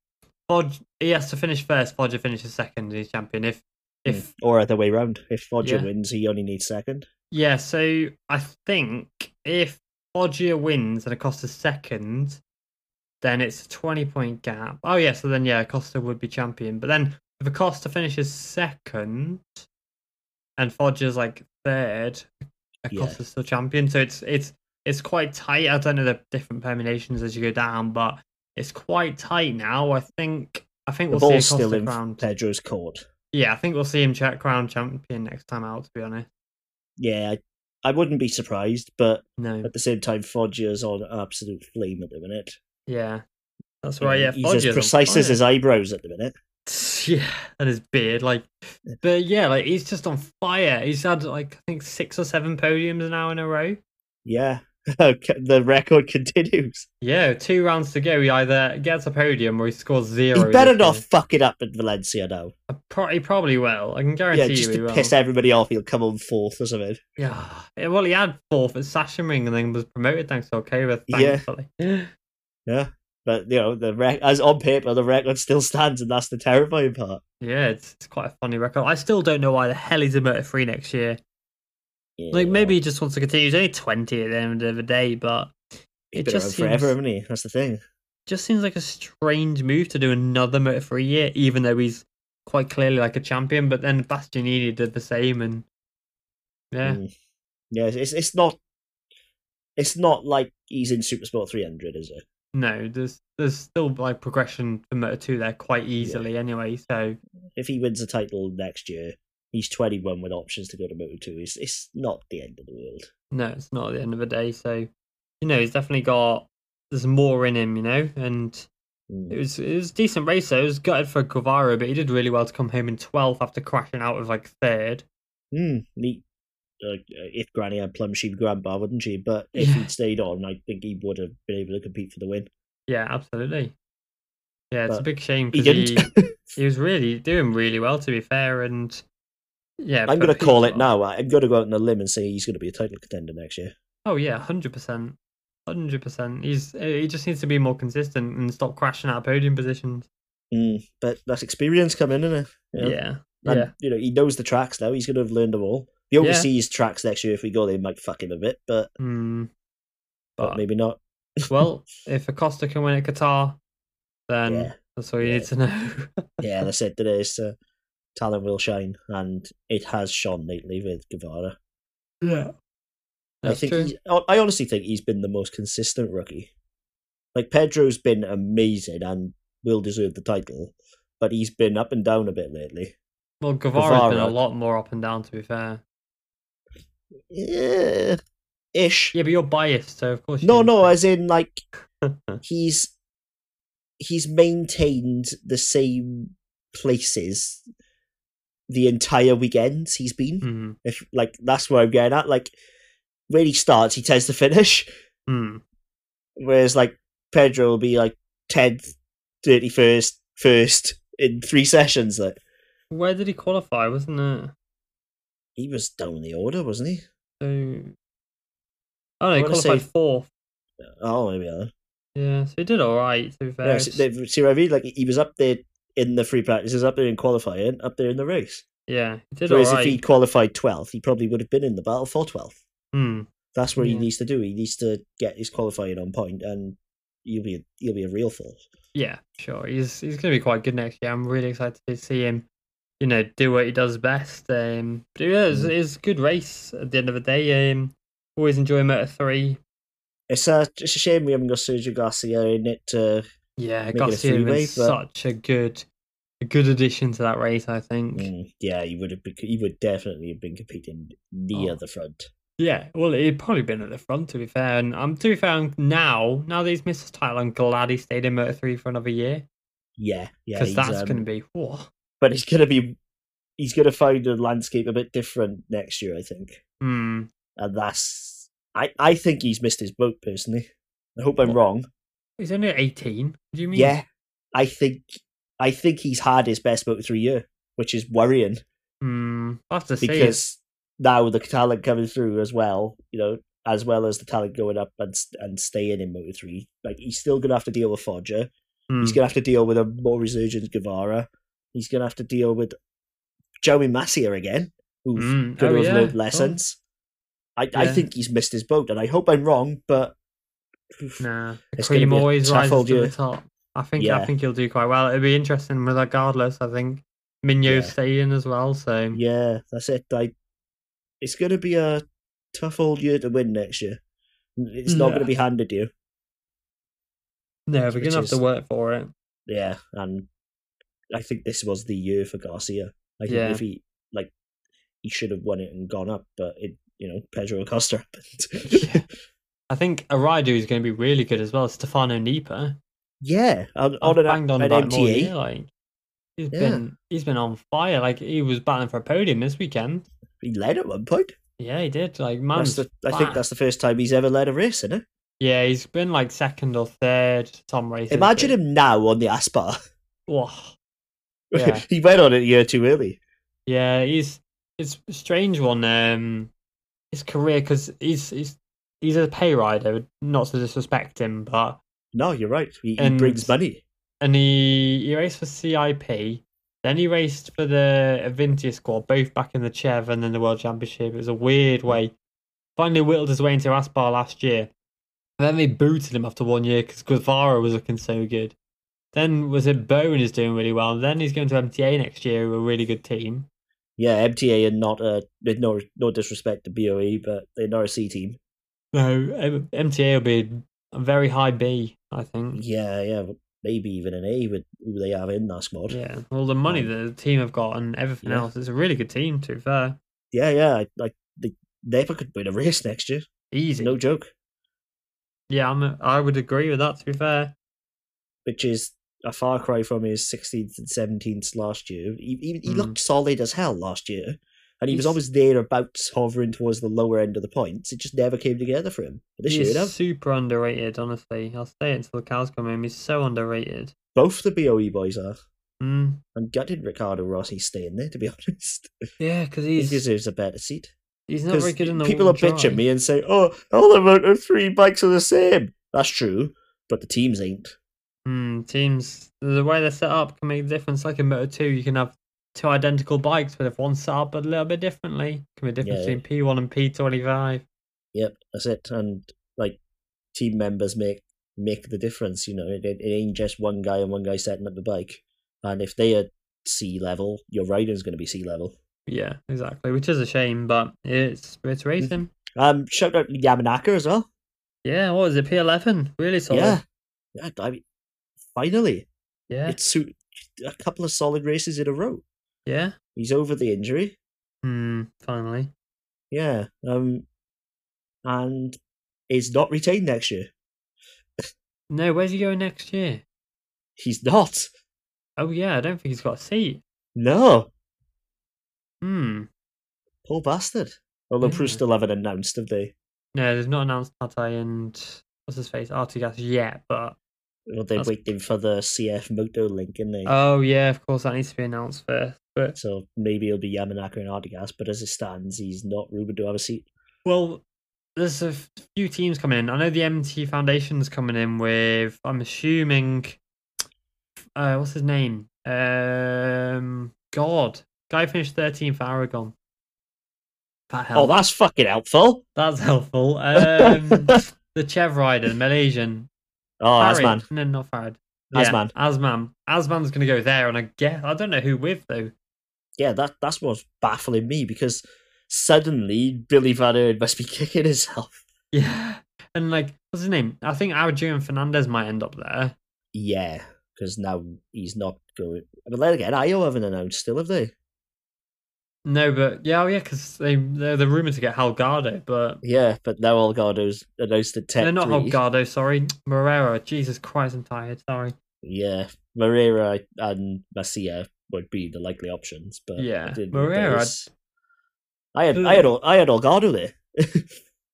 Speaker 1: Fodge, he has to finish first. Fodger finishes second, and he's champion. If if
Speaker 2: Mm. or other way round. If Roger
Speaker 1: Yeah.
Speaker 2: wins, he only needs second.
Speaker 1: yeah, so I think if Fodger wins and Acosta second, then it's a twenty point gap. Oh yeah, so then yeah, Acosta would be champion. But then if Acosta finishes second, and Fodger's like third,
Speaker 2: Yeah.
Speaker 1: Acosta's still champion. So it's it's it's quite tight. I don't know the different permutations as you go down, but it's quite tight now. I think I think
Speaker 2: the
Speaker 1: we'll see
Speaker 2: ball's
Speaker 1: Acosta
Speaker 2: still in
Speaker 1: crowned.
Speaker 2: Pedro's court.
Speaker 1: Yeah, I think we'll see him check crown champion next time out. To be honest,
Speaker 2: Yeah, I, I wouldn't be surprised, but
Speaker 1: no.
Speaker 2: at the same time, Foggia's on absolute flame at the minute.
Speaker 1: Yeah. That's
Speaker 2: You
Speaker 1: right,
Speaker 2: know,
Speaker 1: yeah.
Speaker 2: he's
Speaker 1: Foggia's on
Speaker 2: as precise as his eyebrows at the minute.
Speaker 1: fire. Yeah, and his beard, like but yeah, like he's just on fire. He's had like I think six or seven podiums now in a row.
Speaker 2: Yeah, the record continues.
Speaker 1: Yeah, two rounds to go. He either gets a podium or he scores zero.
Speaker 2: he better
Speaker 1: this
Speaker 2: not
Speaker 1: year.
Speaker 2: fuck it up at Valencia now.
Speaker 1: I pro- he probably will. I can guarantee
Speaker 2: Yeah, just
Speaker 1: you he
Speaker 2: to
Speaker 1: will.
Speaker 2: piss everybody off, he'll come on fourth or something.
Speaker 1: Yeah. Yeah, Well, he had fourth at Sasha Ring and then was promoted thanks to Okawa,
Speaker 2: Yeah.
Speaker 1: thankfully.
Speaker 2: But you know, the rec- as on paper, the record still stands, and that's the terrifying part.
Speaker 1: Yeah, it's, it's quite a funny record. I still don't know why the hell he's in Moto 3 next year. Like,
Speaker 2: Yeah.
Speaker 1: maybe he just wants to continue. He's only 20 at the end of the day, but
Speaker 2: He's
Speaker 1: it
Speaker 2: been
Speaker 1: just
Speaker 2: around
Speaker 1: seems-
Speaker 2: forever, haven't he? That's the thing.
Speaker 1: just seems like a strange move to do another Moto 3 year, even though he's quite clearly like a champion. But then Bastianini did the same, and yeah,
Speaker 2: Mm. Yeah, it's it's- it's not it's not like he's in Supersport 300, is it?
Speaker 1: no, there's there's still like progression for Moto 2 there quite easily anyway. So
Speaker 2: If he wins the title next year, he's 21 with options to go to Moto2. It's it's not the end of the world.
Speaker 1: no, it's not at the end of the day. So you know, he's definitely got there's more in him, you know, and
Speaker 2: Mm.
Speaker 1: It was it was a decent race though. It was gutted for Guevara, but he did really well to come home in twelfth after crashing out of like third.
Speaker 2: Mm, neat. Uh, if Granny had plum, she'd grandpa, wouldn't she? But if
Speaker 1: Yeah.
Speaker 2: he'd stayed on, I think he would have been able to compete for the win.
Speaker 1: Yeah, absolutely. Yeah, it's a
Speaker 2: But
Speaker 1: big shame
Speaker 2: He
Speaker 1: because he,
Speaker 2: didn't.
Speaker 1: he was really doing really well to be fair and yeah.
Speaker 2: I'm
Speaker 1: put
Speaker 2: going to
Speaker 1: Pete
Speaker 2: call it
Speaker 1: on.
Speaker 2: now. I'm going to go out on a limb and say he's going to be a title contender next year.
Speaker 1: Oh yeah, hundred percent, hundred percent. He's he just needs to be more consistent and stop crashing out of podium positions.
Speaker 2: Mm, but that's experience coming, isn't it? You know?
Speaker 1: Yeah,
Speaker 2: And,
Speaker 1: yeah.
Speaker 2: you know, he knows the tracks now. He's going to have learned them all. The
Speaker 1: Yeah.
Speaker 2: overseas tracks next year, if we go, they might fuck him a bit, but,
Speaker 1: Mm.
Speaker 2: but
Speaker 1: But
Speaker 2: maybe not.
Speaker 1: well, if Acosta can win at Qatar, then
Speaker 2: Yeah.
Speaker 1: that's all you
Speaker 2: Yeah.
Speaker 1: need to know.
Speaker 2: yeah, that's it. Today, so talent will shine, and it has shone lately with Guevara.
Speaker 1: Yeah.
Speaker 2: I
Speaker 1: That's
Speaker 2: think
Speaker 1: true.
Speaker 2: he's, I honestly think he's been the most consistent rookie. Like Pedro's been amazing and will deserve the title, but he's been up and down a bit lately.
Speaker 1: Well, Guevara's been a
Speaker 2: Guevara.
Speaker 1: lot more up and down, to be fair.
Speaker 2: Yeah, ish.
Speaker 1: Yeah, but you're biased, so of course. You
Speaker 2: No,
Speaker 1: can-
Speaker 2: no, as in like he's he's maintained the same places the entire weekend he's been.
Speaker 1: Mm,
Speaker 2: If like that's where I'm getting at. Like when he starts, he tends to finish.
Speaker 1: mm.
Speaker 2: Whereas like Pedro will be like tenth, thirty first, first in three sessions. Like
Speaker 1: Where did he qualify? Wasn't it?
Speaker 2: he was down the order, wasn't he?
Speaker 1: So. Oh no, he
Speaker 2: I wanna say-
Speaker 1: qualified fourth.
Speaker 2: Oh, maybe. Yeah.
Speaker 1: Yeah, so he did all right. To be fair,
Speaker 2: No,
Speaker 1: It's-
Speaker 2: see, they- see what I mean? Like he was up there in the free practices, up there in qualifying, up there in the race.
Speaker 1: yeah, he did all
Speaker 2: Whereas if
Speaker 1: right.
Speaker 2: he would qualified twelfth, he probably would have been in the battle for twelfth.
Speaker 1: Hmm.
Speaker 2: That's what he
Speaker 1: Yeah.
Speaker 2: needs to do. He needs to get his qualifying on point, and he'll be he'll be a real force.
Speaker 1: Yeah, sure. He's he's going to be quite good next year. I'm really excited to see him, you know, do what he does best. Um, but yeah, it's,
Speaker 2: Mm.
Speaker 1: it's a good race at the end of the day. Um, always enjoy Motor Three.
Speaker 2: It's a it's a shame we haven't got Sergio Garcia in it to
Speaker 1: Yeah,
Speaker 2: Make it a
Speaker 1: Garcia was
Speaker 2: three-way, but-
Speaker 1: such a good, a good addition to that race. I think.
Speaker 2: Mm, yeah, he would have been. He would definitely have been competing near
Speaker 1: Oh.
Speaker 2: the front.
Speaker 1: Yeah, well, he'd probably been at the front to be fair. And I'm to be fair I'm- now. Now that he's missed his title, I'm glad he stayed in Motor Three for another year
Speaker 2: Yeah, yeah.
Speaker 1: because
Speaker 2: he's,
Speaker 1: that's
Speaker 2: um,
Speaker 1: going to be whoa.
Speaker 2: But he's gonna be. He's gonna find the landscape a bit different next year, I think.
Speaker 1: Mm.
Speaker 2: And that's. I I think he's missed his boat personally. I hope I'm wrong.
Speaker 1: He's only 18. Do you mean?
Speaker 2: Yeah, I think. I think he's had his best boat three year, which is worrying
Speaker 1: Mm, I have to see. It's-
Speaker 2: because now the talent coming through as well, you know, as well as the talent going up and and staying in Moto Three, like he's still gonna have to deal with Fodger. He's
Speaker 1: Mm.
Speaker 2: going to have to deal with a more resurgent Guevara. He's going to have to deal with Joey Massier again, who's
Speaker 1: Mm.
Speaker 2: going
Speaker 1: Oh,
Speaker 2: to have learned
Speaker 1: yeah. Oh.
Speaker 2: lessons. I, I
Speaker 1: Yeah.
Speaker 2: think he's missed his boat, and I hope I'm wrong, but
Speaker 1: Nah, the
Speaker 2: It's gonna
Speaker 1: cream
Speaker 2: be a
Speaker 1: always
Speaker 2: tough
Speaker 1: rises
Speaker 2: old
Speaker 1: to
Speaker 2: year.
Speaker 1: the top. I think I
Speaker 2: Yeah.
Speaker 1: think he'll do quite well. It'll be interesting regardless. I think Mignot's
Speaker 2: Yeah.
Speaker 1: staying as well, so
Speaker 2: yeah, that's it. I, it's going to be a tough old year to win next year. It's not
Speaker 1: Yeah.
Speaker 2: going to be handed you.
Speaker 1: no, we're gonna
Speaker 2: Which
Speaker 1: have to
Speaker 2: is-
Speaker 1: work for it.
Speaker 2: Yeah, and I think this was the year for Garcia. I think
Speaker 1: Yeah.
Speaker 2: if he like, he should have won it and gone up, but it, you know, Pedro Acosta happened.
Speaker 1: I think a rider who's going to be really good as well, is Stefano Nipa.
Speaker 2: Yeah, on,
Speaker 1: I've
Speaker 2: on an,
Speaker 1: banged on
Speaker 2: an
Speaker 1: about him all year,
Speaker 2: MTA.
Speaker 1: like he's
Speaker 2: Yeah.
Speaker 1: been he's been on fire. Like he was battling for a podium this weekend.
Speaker 2: He led at one point.
Speaker 1: Yeah, he did. Like man,
Speaker 2: That's the, I think
Speaker 1: fast.
Speaker 2: that's the first time he's ever led a race, isn't it?
Speaker 1: yeah, he's been like second or third some races.
Speaker 2: Imagine him now on the Aspar.
Speaker 1: Whoa. Yeah.
Speaker 2: he went on it a year too early.
Speaker 1: Yeah, he's it's a strange one. Um, his career because he's he's he's a pay rider. Not to disrespect him, but
Speaker 2: No, you're right. He, he
Speaker 1: And-
Speaker 2: brings money.
Speaker 1: and he he raced for CIP. Then he raced for the Avintia squad, both back in the Chev and then the World Championship. It was a weird way. Finally whittled his way into Aspar last year. And then they booted him after one year because Guevara was looking so good. Then was it Bowen is doing really well. Then he's going to MTA next year, with a really good team.
Speaker 2: Yeah, MTA and not uh, with no no disrespect to BOE, but they're not a C team.
Speaker 1: No, M- MTA will be a very high B, I think.
Speaker 2: Yeah, yeah, but maybe even an A with who they have in that squad.
Speaker 1: Yeah. Well, the money that the team have got and everything
Speaker 2: Yeah.
Speaker 1: else, it's a really good team, to be fair.
Speaker 2: yeah, yeah. I- Like they never could win a race next year.
Speaker 1: Easy.
Speaker 2: No joke.
Speaker 1: Yeah, I'm, I would agree with that, to be fair.
Speaker 2: which is a far cry from his 16th and 17th last year. He, he, he
Speaker 1: Mm.
Speaker 2: looked solid as hell last year, and he was
Speaker 1: He's-
Speaker 2: always thereabouts, hovering towards the lower end of the points. It just never came together for him. But this year, it
Speaker 1: He's
Speaker 2: has.
Speaker 1: super underrated, honestly. I'll say it until the cows come home. He's so underrated.
Speaker 2: both the BOE boys are.
Speaker 1: Mm.
Speaker 2: I'm gutted Ricardo Rossi's staying there, to be honest.
Speaker 1: Yeah, because
Speaker 2: He
Speaker 1: he's he's,
Speaker 2: deserves a better seat.
Speaker 1: not
Speaker 2: Because
Speaker 1: very good in the
Speaker 2: people are
Speaker 1: warm
Speaker 2: bitching
Speaker 1: drive.
Speaker 2: me and say, "Oh, all the Moto Three bikes are the same." That's true, but the teams ain't.
Speaker 1: Mm, teams, the way they're set up can make a difference. Like in Moto 2, you can have two identical bikes, but if one's set up a little bit differently, can be a difference
Speaker 2: Yeah.
Speaker 1: between P1 and P25.
Speaker 2: Yep, that's it. And like, team members make make the difference. You know, it, it, it ain't just one guy and one guy setting up the bike. And if they are sea level, your riding's going to be sea level.
Speaker 1: Yeah, exactly. Which is a shame, but it's
Speaker 2: Mm.
Speaker 1: it's racing.
Speaker 2: Um, shout out to Yamanaka as well.
Speaker 1: Yeah, what was it? P11, really solid.
Speaker 2: Yeah, yeah. I mean, finally,
Speaker 1: yeah,
Speaker 2: it's su- a couple of solid races in a row.
Speaker 1: yeah.
Speaker 2: He's over the injury.
Speaker 1: Hmm, finally.
Speaker 2: Yeah. Um, and is not retained next year.
Speaker 1: No, where's he going next year?
Speaker 2: He's not.
Speaker 1: Oh yeah, I don't think he's got a seat.
Speaker 2: No,
Speaker 1: Hmm.
Speaker 2: poor bastard. Although
Speaker 1: Yeah.
Speaker 2: Proust still haven't announced, have they?
Speaker 1: No, they've not announced Tatai and what's his face, Artigas yet, but
Speaker 2: Well, they're
Speaker 1: That's-
Speaker 2: waiting for the CF Moto link, and they
Speaker 1: oh yeah, of course that needs to be announced first. But
Speaker 2: so maybe it'll be Yamanaka and Artigas. But as it stands, he's not rumored to have a seat.
Speaker 1: well, there's a f- few teams coming in. I know the MT Foundation's coming in with. I'm assuming, uh, what's his name? Um, God, guy finished 13th for Aragon. That
Speaker 2: Oh,
Speaker 1: helped.
Speaker 2: that's fucking helpful.
Speaker 1: That's helpful. Um, the Chev rider, the Malaysian.
Speaker 2: Oh, Asman.
Speaker 1: Farid. No, not Farad.
Speaker 2: Asman.
Speaker 1: Asman. Asman's going to go there, and I guess I don't know who with though.
Speaker 2: Yeah, that that's what's baffling me because suddenly Billy Vader must be kicking himself.
Speaker 1: Yeah, and like what's his name? I think Arjun Fernandez might end up there.
Speaker 2: Yeah, because now he's not going. But then again, Io haven't announced still, have they?
Speaker 1: No, but yeah, oh yeah, because they they're, they're rumored to get Halgado, but
Speaker 2: Yeah, but now oh Olgado's announced at ten.
Speaker 1: they're not oh Halgado. Sorry, Morera. Jesus Christ, I'm tired. Sorry.
Speaker 2: Yeah, Moreira and Masia would be the likely options, but
Speaker 1: Yeah,
Speaker 2: I didn't-
Speaker 1: Moreira,
Speaker 2: there was- I had, I had, Ol- I had Olgado there.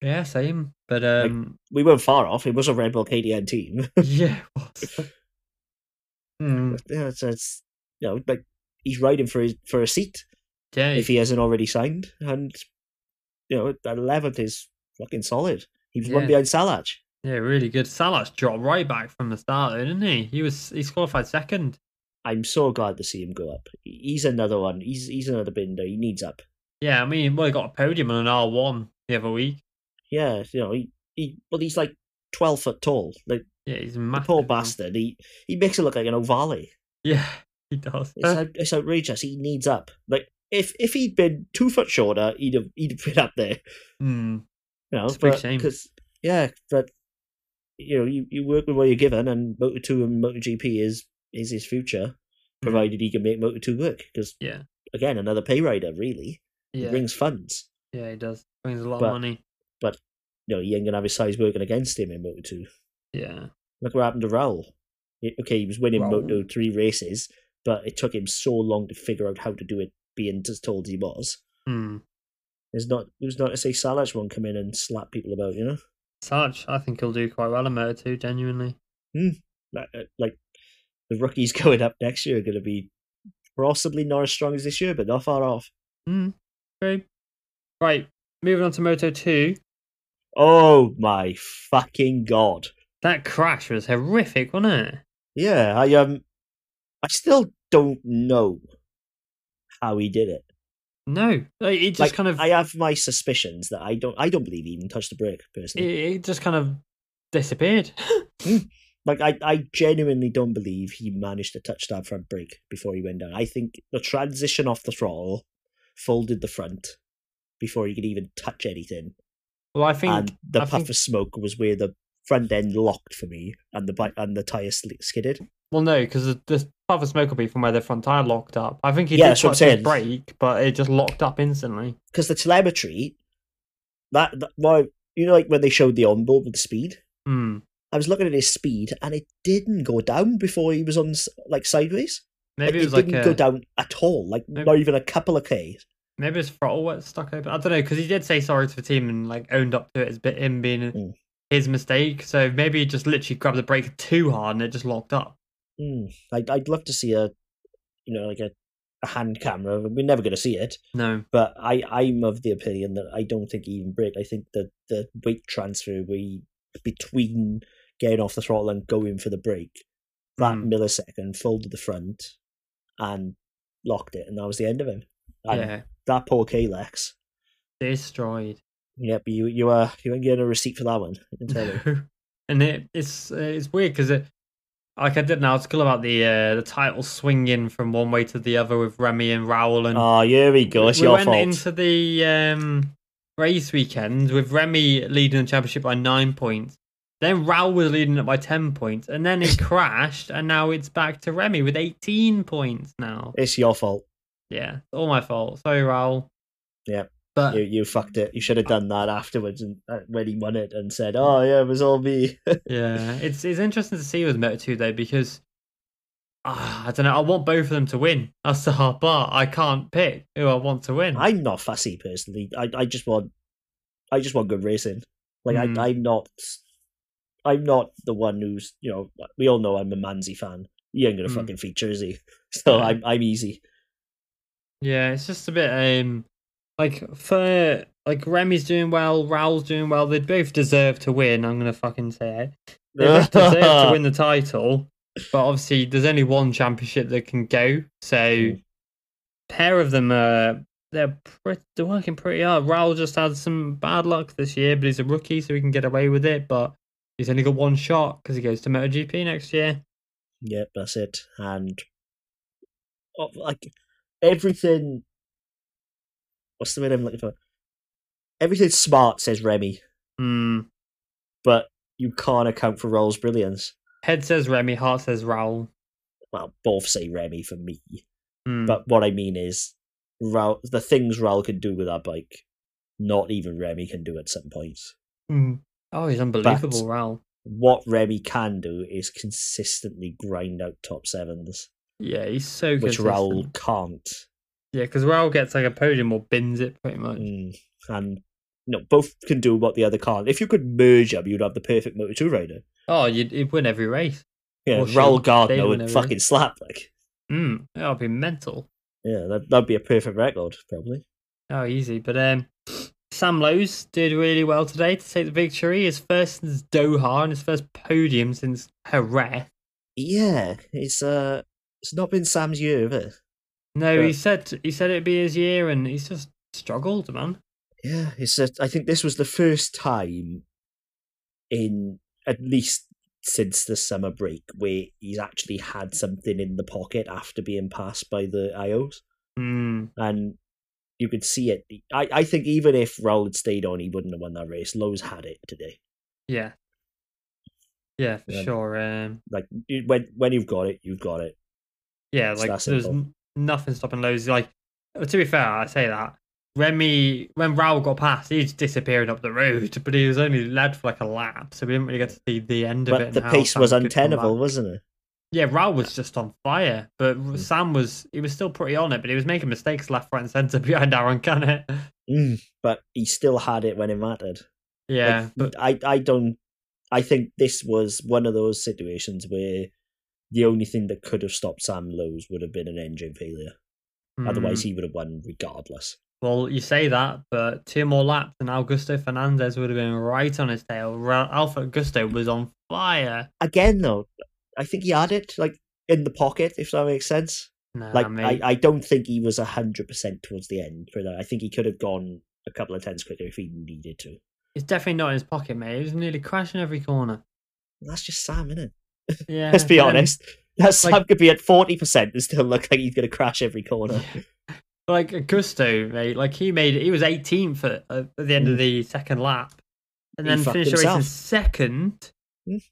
Speaker 1: Yeah, same. But um,
Speaker 2: We weren't far off. It was a Red Bull KTM team.
Speaker 1: yeah, what's Hmm,
Speaker 2: yeah, it's, it's you know, like he's riding for his for a seat
Speaker 1: yeah,
Speaker 2: if he hasn't already signed, and you know, eleventh is fucking solid. He was one
Speaker 1: Yeah.
Speaker 2: behind Salaj.
Speaker 1: yeah, really good. Salah's dropped right back from the start, though, didn't he? He was he's qualified second.
Speaker 2: I'm so glad to see him go up. He's another one. He's he's another binder. He needs up.
Speaker 1: Yeah, I mean, well, he got a podium on an R one the other week.
Speaker 2: Yeah, you know, he, he well, he's like twelve foot tall. Like
Speaker 1: Yeah, he's a
Speaker 2: the
Speaker 1: massive.
Speaker 2: poor
Speaker 1: man.
Speaker 2: bastard. He he makes it look like an ovale.
Speaker 1: Yeah, he does.
Speaker 2: It's out, it's outrageous. He needs up. Like if if he'd been two foot shorter, he'd have he'd have been up there.
Speaker 1: Hmm.
Speaker 2: You know,
Speaker 1: It's a big
Speaker 2: but,
Speaker 1: shame.
Speaker 2: 'cause- yeah, but you know, you, you work with what you're given, and Moto Two and Moto GP is is his future, provided he can make Moto Two work. Because
Speaker 1: Mm-hmm. Yeah.
Speaker 2: again, another pay rider really He
Speaker 1: Yeah,
Speaker 2: brings funds.
Speaker 1: yeah, he does. Brings a lot
Speaker 2: But-
Speaker 1: of money.
Speaker 2: You know, he ain't gonna have his size working against him in Moto Two.
Speaker 1: Yeah.
Speaker 2: Look what happened to Raul. He- Okay, he was winning
Speaker 1: Raul.
Speaker 2: Moto Three races, but it took him so long to figure out how to do it, being just told he was.
Speaker 1: Hmm.
Speaker 2: It's not it was not to say Salaj won't come in and slap people about, you know.
Speaker 1: Sarge, I think he'll do quite well in Moto 2, genuinely.
Speaker 2: Like, uh, like the rookies going up next year are going to be possibly not as strong as this year, but not far off.
Speaker 1: Hmm. Very. Right. Moving on to Moto 2.
Speaker 2: Oh my fucking god!
Speaker 1: That crash was horrific, wasn't it?
Speaker 2: Yeah, I um, I still don't know how he did it.
Speaker 1: No. Like, it just
Speaker 2: like,
Speaker 1: kind of.
Speaker 2: I have my suspicions that I don't, I don't believe he even touched the brake
Speaker 1: it,
Speaker 2: personally.
Speaker 1: it just kind of disappeared.
Speaker 2: Like I, I genuinely don't believe he managed to touch that front brake before he went down. I think the transition off the throttle folded the front before he could even touch anything.
Speaker 1: well, I think.
Speaker 2: and the
Speaker 1: I
Speaker 2: puff
Speaker 1: think-
Speaker 2: of smoke was where the front end locked for me, and the bike and the tire sli- skidded.
Speaker 1: Well, no, because the, the puff of smoke will be from where the front tire locked up. I think he
Speaker 2: Yeah,
Speaker 1: did
Speaker 2: that's what I'm
Speaker 1: touch his
Speaker 2: saying.
Speaker 1: brake, but it just locked up instantly.
Speaker 2: Because the telemetry, that, that why you know, like when they showed the onboard with the speed,
Speaker 1: Hmm.
Speaker 2: I was looking at his speed, and it didn't go down before he was on s- like sideways.
Speaker 1: Maybe it was like
Speaker 2: didn't go
Speaker 1: a,
Speaker 2: down at all. Like
Speaker 1: Maybe-
Speaker 2: not even a couple of k's.
Speaker 1: maybe his throttle was stuck open. I don't know because he did say sorry to the team and like owned up to it as bit him being
Speaker 2: Mm.
Speaker 1: his mistake. So maybe he just literally grabbed the brake too hard and it just locked up.
Speaker 2: Hmm. I'd I'd love to see a, you know, like a, a hand camera. We're never going to see it.
Speaker 1: No,
Speaker 2: But I, I'm of the opinion that I don't think he even braked. I think that the weight transfer we between getting off the throttle and going for the brake, that
Speaker 1: Mm.
Speaker 2: millisecond folded the front and locked it, and that was the end of him. And
Speaker 1: yeah,
Speaker 2: That poor Kalex.
Speaker 1: destroyed.
Speaker 2: Yep, you you uh, you ain't getting a receipt for that one. I can tell you.
Speaker 1: No. And it, it's uh, it's weird because it, like I did an article about the uh, the title swinging from one way to the other with Remy and Raoul and
Speaker 2: Ah,
Speaker 3: Oh, here we go. It's
Speaker 1: we
Speaker 3: your
Speaker 1: went
Speaker 3: fault.
Speaker 1: into the um, race weekend with Remy leading the championship by nine points. Then Raoul was leading it by ten points, and then it crashed, and now it's back to Remy with eighteen points now.
Speaker 2: It's your fault.
Speaker 1: Yeah, it's all my fault. Sorry, Raoul.
Speaker 2: Yeah.
Speaker 1: but
Speaker 2: You you fucked it. You should have done that afterwards, and uh, when he won it, and said, "Oh yeah, it was all me."
Speaker 1: yeah, it's it's interesting to see with Meta 2 though because ah, I don't know. I want both of them to win. That's the hard part. I can't pick who I want to win.
Speaker 2: I'm not fussy personally. I, I just want I just want good racing. Like
Speaker 1: Mm.
Speaker 2: I I'm not I'm not the one who's you know we all know I'm a Manzi fan. He ain't gonna
Speaker 1: Mm.
Speaker 2: fucking feature, is he? So
Speaker 1: Yeah.
Speaker 2: I'm I'm easy.
Speaker 1: Yeah, it's just a bit um like for like Remy's doing well, Raul's doing well. They both deserve to win. I'm gonna fucking say it. They both deserve to win the title, but obviously there's only one championship that can go. So
Speaker 2: Mm.
Speaker 1: pair of them are they're pretty, they're working pretty hard. Raul just had some bad luck this year, but he's a rookie, so he can get away with it. But he's only got one shot because he goes to MotoGP next year.
Speaker 2: Yep, that's it. And oh, like everything what's the word I'm looking for? Everything smart says Remy,
Speaker 1: Hmm.
Speaker 2: but you can't account for Roll's brilliance.
Speaker 1: Head says Remy, heart says Raul.
Speaker 2: Well, both say Remy for me.
Speaker 1: Hmm.
Speaker 2: But what I mean is, Raul, the things Raul can do with that bike, not even Remy can do at some points.
Speaker 1: Hmm. Oh, he's unbelievable, Raul.
Speaker 2: What Remy can do is consistently grind out top sevens,
Speaker 1: Yeah, he's so
Speaker 2: which
Speaker 1: consistent.
Speaker 2: Raul can't.
Speaker 1: Yeah, because Raul gets like a podium or bins it pretty much.
Speaker 2: Mm. And no, both can do what the other can't. If you could merge them, you'd have the perfect Moto 2 rider.
Speaker 1: Oh, you'd, you'd win every race.
Speaker 2: Yeah,
Speaker 1: Well, sure,
Speaker 2: Raul
Speaker 1: they
Speaker 2: Gardner
Speaker 1: win
Speaker 2: would
Speaker 1: every-
Speaker 2: fucking slap. Like,
Speaker 1: Mm, that would be mental.
Speaker 2: yeah, that, that'd be a perfect record, probably.
Speaker 1: Oh, easy. But um, Sam Lowe's did really well today to take the victory. His first since Doha and his first podium since Jerez.
Speaker 2: Yeah, it's uh, it's not been Sam's year, of it?
Speaker 1: No,
Speaker 2: Yeah.
Speaker 1: he said he said it'd be his year, and he's just struggled, man.
Speaker 2: Yeah, it's a, I think this was the first time in at least since the summer break where he's actually had something in the pocket after being passed by the IOs.
Speaker 1: Mm,
Speaker 2: And you could see it. I, I think even if Raul had stayed on, he wouldn't have won that race. Lowe's had it today.
Speaker 1: yeah, yeah, for
Speaker 2: Yeah.
Speaker 1: sure. Um,
Speaker 2: Like you- when when you've got it, you've got it.
Speaker 1: yeah,
Speaker 2: It's
Speaker 1: like
Speaker 2: that
Speaker 1: there's
Speaker 2: simple.
Speaker 1: n- nothing stopping Lowe's. Like to be fair, I say that. Remy, when Raul got past, he just disappeared up the road, but he was only led for like a lap, so we didn't really get to see the end of it.
Speaker 2: But
Speaker 1: and
Speaker 2: the
Speaker 1: how
Speaker 2: pace
Speaker 1: Sam
Speaker 2: was
Speaker 1: could come back.
Speaker 2: untenable, wasn't it? Hmm.
Speaker 1: Yeah, Raul was just on fire, but Sam was he was still pretty on it, but he was making mistakes left, right, and centre behind Aaron Canet.
Speaker 2: Mm, but he still had it when it mattered.
Speaker 1: Yeah, but
Speaker 2: Like, I, I don't. I think this was one of those situations where the only thing that could have stopped Sam Lowe's would have been an engine failure. Otherwise,
Speaker 1: mm,
Speaker 2: he would have won regardless.
Speaker 1: well, you say that, but two more laps and Augusto Fernandez would have been right on his tail. Ra- Alpha Augusto was on fire.
Speaker 2: Again, though, I think he had it like in the pocket, if that makes sense.
Speaker 1: Nah,
Speaker 2: like,
Speaker 1: mate.
Speaker 2: I, I don't think he was hundred percent towards the end for that. I think he could have gone a couple of tenths quicker if he needed to.
Speaker 1: it's definitely not in his pocket, mate. He was nearly crashing every corner.
Speaker 2: That's just Sam, innit?
Speaker 1: Yeah,
Speaker 2: Let's be
Speaker 1: but um, then-
Speaker 2: honest. That Sam
Speaker 1: like-
Speaker 2: could be at forty percent and still look like he's going to crash every corner.
Speaker 1: Like Augusto, mate. Like he made it. He was 18th at, at the end of the second lap, and
Speaker 2: Mm. He
Speaker 1: then
Speaker 2: fucked
Speaker 1: finished the race in
Speaker 2: himself.
Speaker 1: second.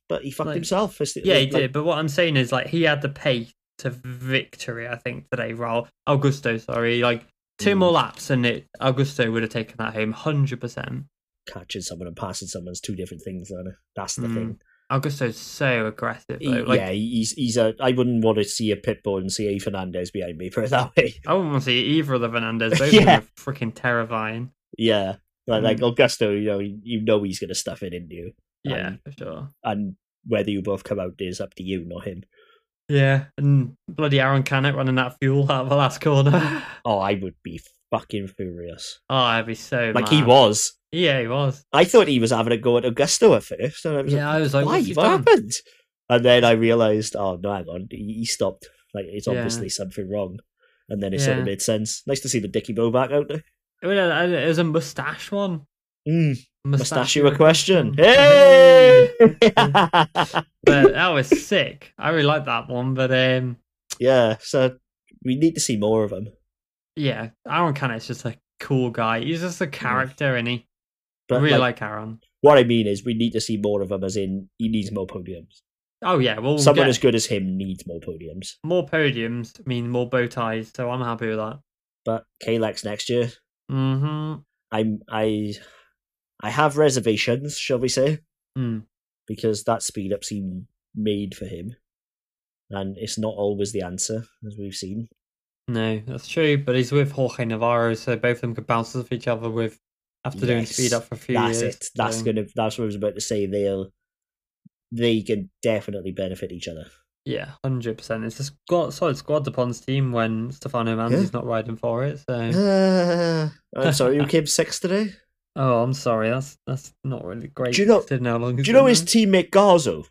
Speaker 2: But he fucked
Speaker 1: Like-
Speaker 2: himself. It's-
Speaker 1: Yeah, he
Speaker 2: like-
Speaker 1: did. But what I'm saying is, like, he had the pace to victory. I think today, Raul Augusto. Sorry, like two
Speaker 2: Mm.
Speaker 1: more laps, and it Augusto would have taken that home, hundred percent.
Speaker 2: catching someone and passing someone's two different things. Aren't it? That's the
Speaker 1: Mm.
Speaker 2: thing.
Speaker 1: Augusto's so aggressive.
Speaker 2: He-
Speaker 1: Though. Like,
Speaker 2: yeah, he's he's a. I wouldn't want to see a Pitbull and see a Fernandez behind me. Put it that way.
Speaker 1: I wouldn't want to see either of the Fernandez. Both
Speaker 2: Yeah.
Speaker 1: of them are freaking terrifying.
Speaker 2: Yeah, like,
Speaker 1: Hmm.
Speaker 2: like Augusto, you know, you know he's gonna stuff it into you,
Speaker 1: Yeah,
Speaker 2: Um,
Speaker 1: for sure.
Speaker 2: and whether you both come out is up to you, not him.
Speaker 1: Yeah, and bloody Aaron Canet running that fuel out of the last corner.
Speaker 2: Oh, I would be fucking furious.
Speaker 1: Oh, I'd be so
Speaker 2: Like he
Speaker 1: mad.
Speaker 2: was.
Speaker 1: Yeah, he was.
Speaker 2: I thought he was having a go at Augusto at first, and I was
Speaker 1: Yeah, I was like,
Speaker 2: like, "Why?
Speaker 1: what's he
Speaker 2: What
Speaker 1: done?
Speaker 2: happened?" And then I realized, oh no, hang on, he he stopped. Like it's
Speaker 1: Yeah.
Speaker 2: obviously something wrong. And then it sort
Speaker 1: Yeah.
Speaker 2: of made sense. Nice to see the Dicky Bow back out there.
Speaker 1: It was a, it was a mustache one.
Speaker 2: Mm,
Speaker 1: Mustachio
Speaker 2: mustachio a question.
Speaker 1: Hey! Mm.
Speaker 2: Hey!
Speaker 1: but that was sick. I really liked that one. But um,
Speaker 2: yeah, so we need to see more of him.
Speaker 1: yeah, Aaron Canet's just a cool guy. He's just a character, and he. I
Speaker 2: But
Speaker 1: really
Speaker 2: like,
Speaker 1: like Aaron.
Speaker 2: what I mean is, we need to see more of him. As in, he needs more podiums.
Speaker 1: Oh yeah, well, we'll
Speaker 2: Someone
Speaker 1: get
Speaker 2: as good as him needs more podiums.
Speaker 1: more podiums mean more bow ties, so I'm happy with that.
Speaker 2: But Kalex next year,
Speaker 1: Mm-hmm.
Speaker 2: I'm I, I have reservations, shall we say?
Speaker 1: Mm.
Speaker 2: because that speed up seemed made for him. And it's not always the answer, as we've seen.
Speaker 1: No, that's true. But he's with Jorge Navarro, so both of them could bounce off each other with after doing
Speaker 2: Yes,
Speaker 1: speed up for a few
Speaker 2: That's
Speaker 1: years.
Speaker 2: it. That's
Speaker 1: so-
Speaker 2: gonna that's what I was about to say. They'll they can definitely benefit each other.
Speaker 1: Yeah, hundred percent. It's a squad, solid squad to Pons team when Stefano Manzi's not riding for it. So,
Speaker 2: Ah, I'm sorry, you came sixth today.
Speaker 1: oh, I'm sorry. That's that's not really great.
Speaker 2: Do you know-
Speaker 1: considering how long
Speaker 2: Do
Speaker 1: it's
Speaker 2: you know
Speaker 1: been
Speaker 2: his
Speaker 1: there.
Speaker 2: teammate Garzo?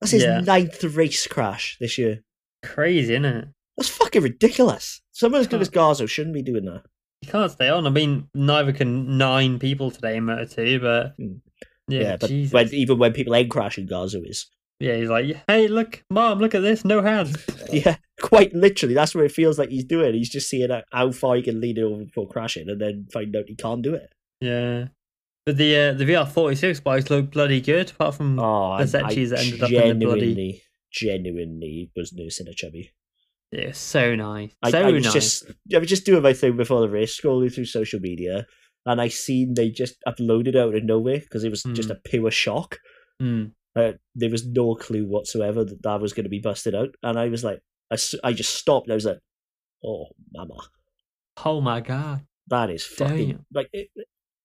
Speaker 2: That's his
Speaker 1: Yeah.
Speaker 2: ninth race crash this year.
Speaker 1: crazy, isn't it?
Speaker 2: That's fucking ridiculous. Someone as good
Speaker 1: Huh.
Speaker 2: as Garzo shouldn't be doing that.
Speaker 1: You can't stay on. I mean, neither can nine people today in Moto Two, but
Speaker 2: Mm.
Speaker 1: yeah,
Speaker 2: but
Speaker 1: Jesus.
Speaker 2: when, even when people end crashing, Garzo is.
Speaker 1: yeah, he's like, hey, look, mom, look at this, no hands.
Speaker 2: Yeah, quite literally. That's what it feels like he's doing. He's just seeing how- how far he can lead it over before crashing, and then find out he can't do it.
Speaker 1: yeah. But the uh, the VR forty six bikes look bloody good, apart from
Speaker 2: Oh, and
Speaker 1: That's actually
Speaker 2: I
Speaker 1: that ended up in the bloody-
Speaker 2: genuinely, genuinely was nursing a chubby.
Speaker 1: yeah, so nice,
Speaker 2: I,
Speaker 1: so
Speaker 2: I was
Speaker 1: nice.
Speaker 2: just, I was just doing my thing before the race, scrolling through social media, and I seen they just uploaded out of nowhere because it was just
Speaker 1: Mm.
Speaker 2: a pure shock.
Speaker 1: Mm.
Speaker 2: Uh, there was no clue whatsoever that that was going to be busted out, and I was like, I, s- I just stopped. And I was like, oh, mama.
Speaker 1: Oh my god,
Speaker 2: That is fucking
Speaker 1: Damn.
Speaker 2: like it,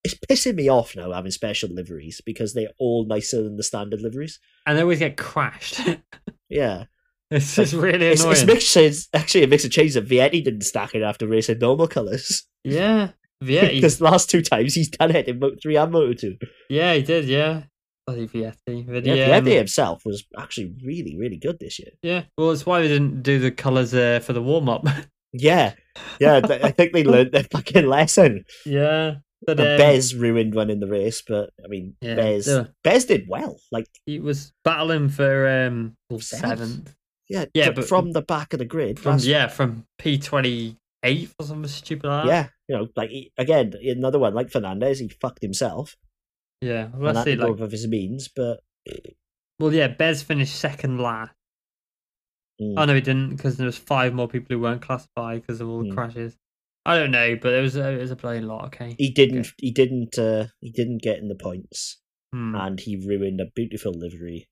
Speaker 2: it's pissing me off now having special liveries because they're all nicer than the standard liveries.
Speaker 1: and they always get crashed.
Speaker 2: Yeah,
Speaker 1: It's just really
Speaker 2: it's,
Speaker 1: annoying.
Speaker 2: it's makes sense. Actually, it makes a change that Vietti didn't stack it after racing normal colours.
Speaker 1: yeah, yeah, he,
Speaker 2: because the last two times he's done it in Moto three and Moto two.
Speaker 1: yeah, he did. Yeah, bloody Vietti. But
Speaker 2: Yeah,
Speaker 1: yeah,
Speaker 2: Vietti
Speaker 1: um,
Speaker 2: himself was actually really, really good this year.
Speaker 1: yeah. Well, it's why they didn't do the colours uh, for the warm up.
Speaker 2: Yeah, yeah. th- I think they learned their fucking lesson.
Speaker 1: yeah, but
Speaker 2: The
Speaker 1: um,
Speaker 2: Bez ruined one in the race, but I mean,
Speaker 1: Yeah,
Speaker 2: Bez
Speaker 1: the-
Speaker 2: Bez did well. Like,
Speaker 1: he was battling for um
Speaker 2: Oh,
Speaker 1: well,
Speaker 2: Seventh?
Speaker 1: seventh.
Speaker 2: yeah,
Speaker 1: Yeah,
Speaker 2: fr-
Speaker 1: but-
Speaker 2: from the back of the grid.
Speaker 1: From,
Speaker 2: that's
Speaker 1: yeah, from P twenty eighth or something stupid like that.
Speaker 2: yeah, you know, like he, again, another one like Fernandez, he fucked himself.
Speaker 1: yeah.
Speaker 2: and
Speaker 1: Let's
Speaker 2: that
Speaker 1: see, like,
Speaker 2: above of his means, but
Speaker 1: well, yeah, Bez finished second last.
Speaker 2: Mm.
Speaker 1: Oh no, he didn't because there was five more people who weren't classified because of all the
Speaker 2: Mm.
Speaker 1: crashes. I don't know, but it was a, it was a bloody lot. Okay,
Speaker 2: he didn't.
Speaker 1: Okay.
Speaker 2: He didn't. Uh, he didn't get in the points,
Speaker 1: Hmm.
Speaker 2: and he ruined a beautiful livery.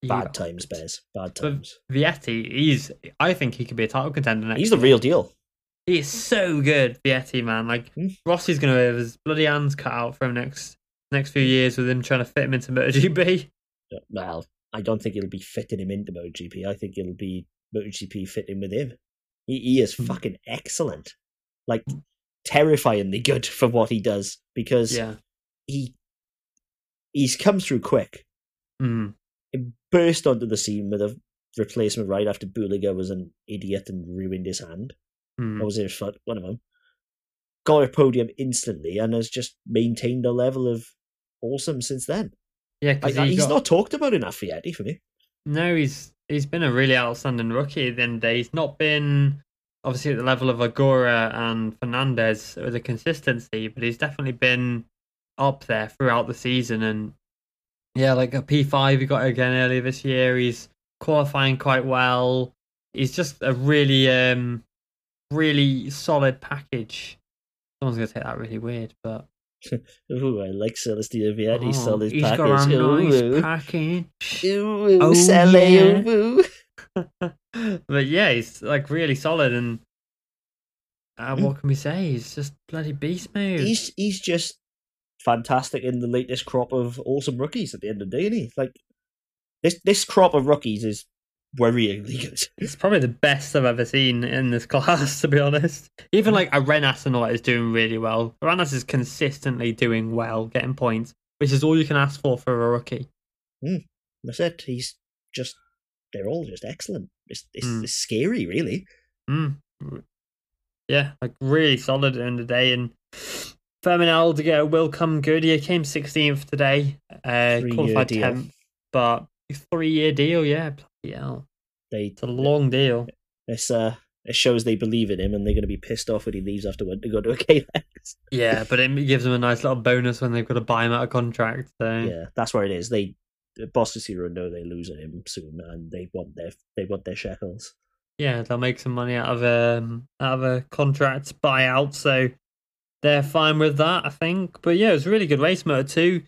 Speaker 1: You-
Speaker 2: Bad times, Bez. Bad
Speaker 1: But-
Speaker 2: times.
Speaker 1: Vietti, he's I think he could be a title contender next.
Speaker 2: He's the real deal.
Speaker 1: He is so good, Vietti man. Like
Speaker 2: Hmm.
Speaker 1: Rossi's gonna have his bloody hands cut out for him next next few years with him trying to fit him into MotoGP.
Speaker 2: Uh, Well, I don't think it'll be fitting him into MotoGP. I think it'll be MotoGP fitting with him. He, he is
Speaker 1: Mm.
Speaker 2: fucking excellent, like terrifyingly good for what he does because
Speaker 1: Yeah.
Speaker 2: he he's come through quick.
Speaker 1: Mm.
Speaker 2: burst onto the scene with a replacement right after Buliga was an idiot and ruined his hand.
Speaker 1: Mm.
Speaker 2: Or was it his foot? One of them. Got a podium instantly and has just maintained a level of awesome since then.
Speaker 1: Yeah,
Speaker 2: I,
Speaker 1: because
Speaker 2: I- he's not talked about enough yet, for me.
Speaker 1: No, he's he's been a really outstanding rookie. At the end of the day, he's not been obviously at the level of Agora and Fernandez with the consistency, but he's definitely been up there throughout the season. And yeah, like a P five he got again earlier this year. He's qualifying quite well. He's just a really um really solid package. Someone's gonna take that really weird, but
Speaker 2: Ooh, I like Celestia Vietti.
Speaker 1: Oh,
Speaker 2: He sell his
Speaker 1: he's
Speaker 2: package.
Speaker 1: got a nice
Speaker 2: Ooh.
Speaker 1: package.
Speaker 2: Ooh,
Speaker 1: Oh,
Speaker 2: Sally,
Speaker 1: yeah.
Speaker 2: ooh.
Speaker 1: but yeah, he's like really solid, and uh, what can we say? He's just bloody beast mode.
Speaker 2: He's he's just fantastic in the latest crop of awesome rookies. At the end of the day, isn't he? like this this crop of rookies is worryingly good.
Speaker 1: It's probably the best I've ever seen in this class, to be honest. Even like Arenas and all that is doing really well. Arenas is consistently doing well, getting points, which is all you can ask for for a rookie.
Speaker 2: That's it. He's just they're all just excellent. It's it's,
Speaker 1: Mm.
Speaker 2: it's scary, really.
Speaker 1: Mm. Yeah, like really solid in the day. And Feminel to get a will come good. He came 16th today, uh,
Speaker 2: Three-year
Speaker 1: qualified
Speaker 2: deal.
Speaker 1: 10th, but three year deal, yeah. Bloody hell.
Speaker 2: They
Speaker 1: It's a long deal.
Speaker 2: it's uh it shows they believe in him and they're going to be pissed off when he leaves afterward to go to a KLX.
Speaker 1: Yeah, but it gives them a nice little bonus when they've got to buy him out of contract. So.
Speaker 2: yeah, that's where it is. They Boston Ciro know they're losing him soon, and they want their they want their shekels.
Speaker 1: Yeah, they'll make some money out of um out of a contract buyout, so they're fine with that, I think. But yeah, it was a really good race motor too.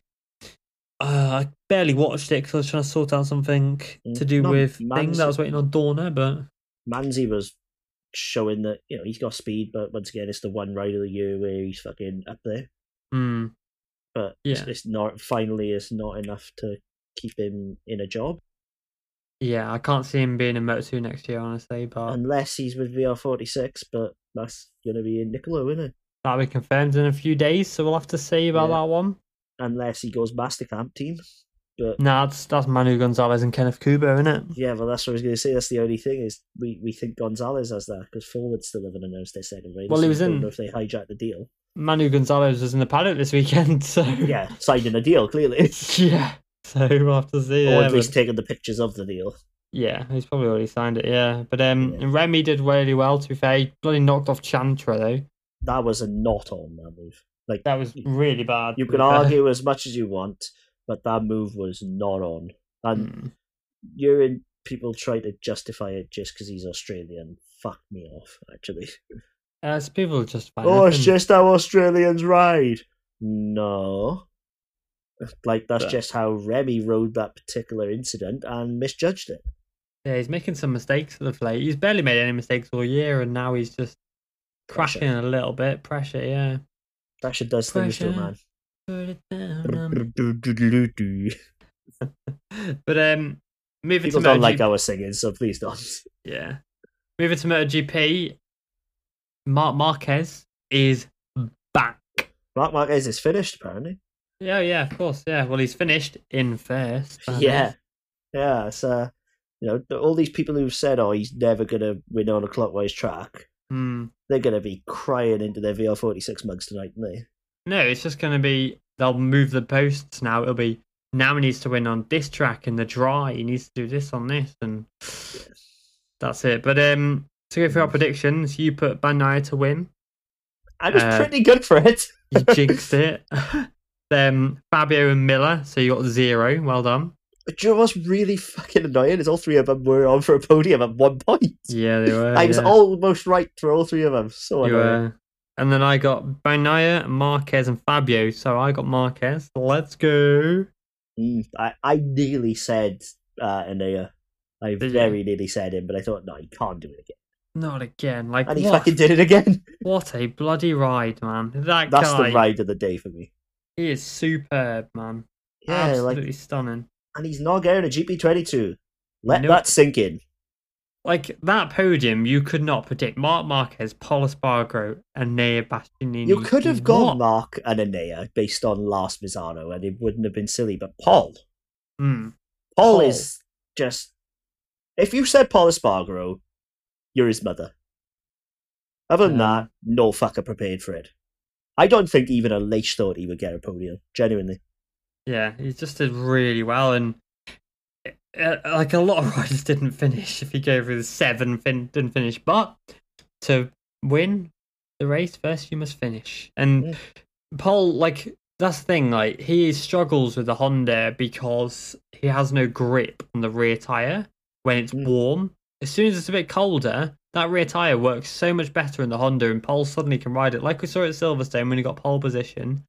Speaker 1: Uh, I barely watched it because I was trying to sort out something to do
Speaker 2: Not
Speaker 1: with things
Speaker 2: man's-
Speaker 1: that I was waiting on Dorna, but
Speaker 2: Manzi was showing that you know he's got speed, but once again, it's the one ride of the year where he's fucking up there.
Speaker 1: hmm,
Speaker 2: But
Speaker 1: yeah,
Speaker 2: it's, it's not finally it's not enough to keep him in a job
Speaker 1: yeah, I can't see him being in Moto Two next year, honestly. But
Speaker 2: unless he's with VR forty six. But that's gonna be in Niccolo, isn't it?
Speaker 1: that'll be confirmed in a few days, so we'll have to see about
Speaker 2: Yeah.
Speaker 1: that one.
Speaker 2: Unless he goes master camp team. But
Speaker 1: Nah, that's that's Manu Gonzalez and Kenneth Kubo, isn't it?
Speaker 2: Yeah, well, that's what I was going to say. That's the only thing is we, we think Gonzalez has that because forwards still haven't announced their second ring.
Speaker 1: Well, he
Speaker 2: so we
Speaker 1: was
Speaker 2: don't
Speaker 1: in-
Speaker 2: know if they hijacked the deal.
Speaker 1: Manu Gonzalez was in the paddock this weekend, so
Speaker 2: Yeah, signing a deal clearly,
Speaker 1: yeah. So we'll have to see.
Speaker 2: or
Speaker 1: yeah,
Speaker 2: at
Speaker 1: but-
Speaker 2: least taking the pictures of the deal.
Speaker 1: Yeah, he's probably already signed it. Yeah, but um,
Speaker 2: Yeah.
Speaker 1: and Remy did really well. To be fair, he bloody knocked off Chantra though.
Speaker 2: That was a not on that move. Like
Speaker 1: That was really bad.
Speaker 2: you
Speaker 1: to
Speaker 2: can
Speaker 1: be fair.
Speaker 2: argue as much as you want, but that move was not on. And
Speaker 1: Hmm.
Speaker 2: you're in people try to justify it just because he's Australian. Fuck me off, actually.
Speaker 1: Uh, so people just find
Speaker 2: Oh, it's
Speaker 1: nothing.
Speaker 2: just how Australians ride. No. Like, that's
Speaker 1: But-
Speaker 2: just how Remy rode that particular incident and misjudged it.
Speaker 1: yeah, he's making some mistakes at the plate. He's barely made any mistakes all year, and now he's just cracking a little bit. Pressure, yeah.
Speaker 2: Pressure does things to a man.
Speaker 1: Put it down on me.
Speaker 2: People
Speaker 1: but um, moving to
Speaker 2: don't
Speaker 1: MotoGP.
Speaker 2: like our singing, so please don't.
Speaker 1: Yeah. Moving to MotoGP, Mark Marquez is back.
Speaker 2: Mark Marquez is finished, apparently.
Speaker 1: Yeah, yeah, of course. Yeah, well, he's finished in first. that
Speaker 2: yeah.
Speaker 1: is.
Speaker 2: Yeah, it's, uh, you know, th- all these people who've said, oh, he's never going to win on a clockwise track,
Speaker 1: Hmm.
Speaker 2: they're going to be crying into their VR46 mugs tonight, aren't they?
Speaker 1: No, it's just going to be they'll move the posts now. It'll be now he needs to win on this track in the dry. He needs to do this on this, and that's it. But um, to go through our predictions, you put Banaya to win.
Speaker 2: I was
Speaker 1: Uh,
Speaker 2: pretty good for it.
Speaker 1: You jinxed it. Then Fabio and Miller, so you got zero. Well done.
Speaker 2: Do you know what's really fucking annoying is all three of them were on for a podium at one point.
Speaker 1: Yeah, they were.
Speaker 2: I was
Speaker 1: yeah.
Speaker 2: almost right for all three of them. So
Speaker 1: You
Speaker 2: annoying.
Speaker 1: were. And then I got Banaya, Marquez, and Fabio. So I got Marquez. Let's go.
Speaker 2: Mm, I, I nearly said uh, Anea. I
Speaker 1: you?
Speaker 2: very nearly said him, but I thought, no, he can't do it again.
Speaker 1: Not again. Like
Speaker 2: And he
Speaker 1: what?
Speaker 2: fucking did it again.
Speaker 1: what a bloody ride, man. That
Speaker 2: That's
Speaker 1: guy
Speaker 2: the ride of the day for me.
Speaker 1: he is superb, man.
Speaker 2: Yeah,
Speaker 1: Absolutely
Speaker 2: like,
Speaker 1: stunning.
Speaker 2: and he's not getting a GP22. Let
Speaker 1: Nope.
Speaker 2: that sink in.
Speaker 1: Like that podium you could not predict. Mark Marquez, Paul Espargaro, and Nea Bastianini.
Speaker 2: You could have
Speaker 1: What?
Speaker 2: gone Mark and Anea based on last Mizano, and it wouldn't have been silly, but Paul.
Speaker 1: Mm.
Speaker 2: Paul,
Speaker 1: Paul.
Speaker 2: is just. If you said Paul Espargaro, you're his mother. Other than
Speaker 1: Yeah.
Speaker 2: that, no fucker prepared for it. I don't think even a leash thought he would get a podium. Genuinely,
Speaker 1: Yeah, he just did really well and uh, like a lot of riders didn't finish if you go through the seven fin- didn't finish but to win the race first you must finish and
Speaker 2: Yeah.
Speaker 1: paul like that's the thing like he struggles with the honda because he has no grip on the rear tire when it's
Speaker 2: Mm.
Speaker 1: warm as soon as it's a bit colder that rear tire works so much better in the honda and paul suddenly can ride it like we saw at silverstone when he got pole position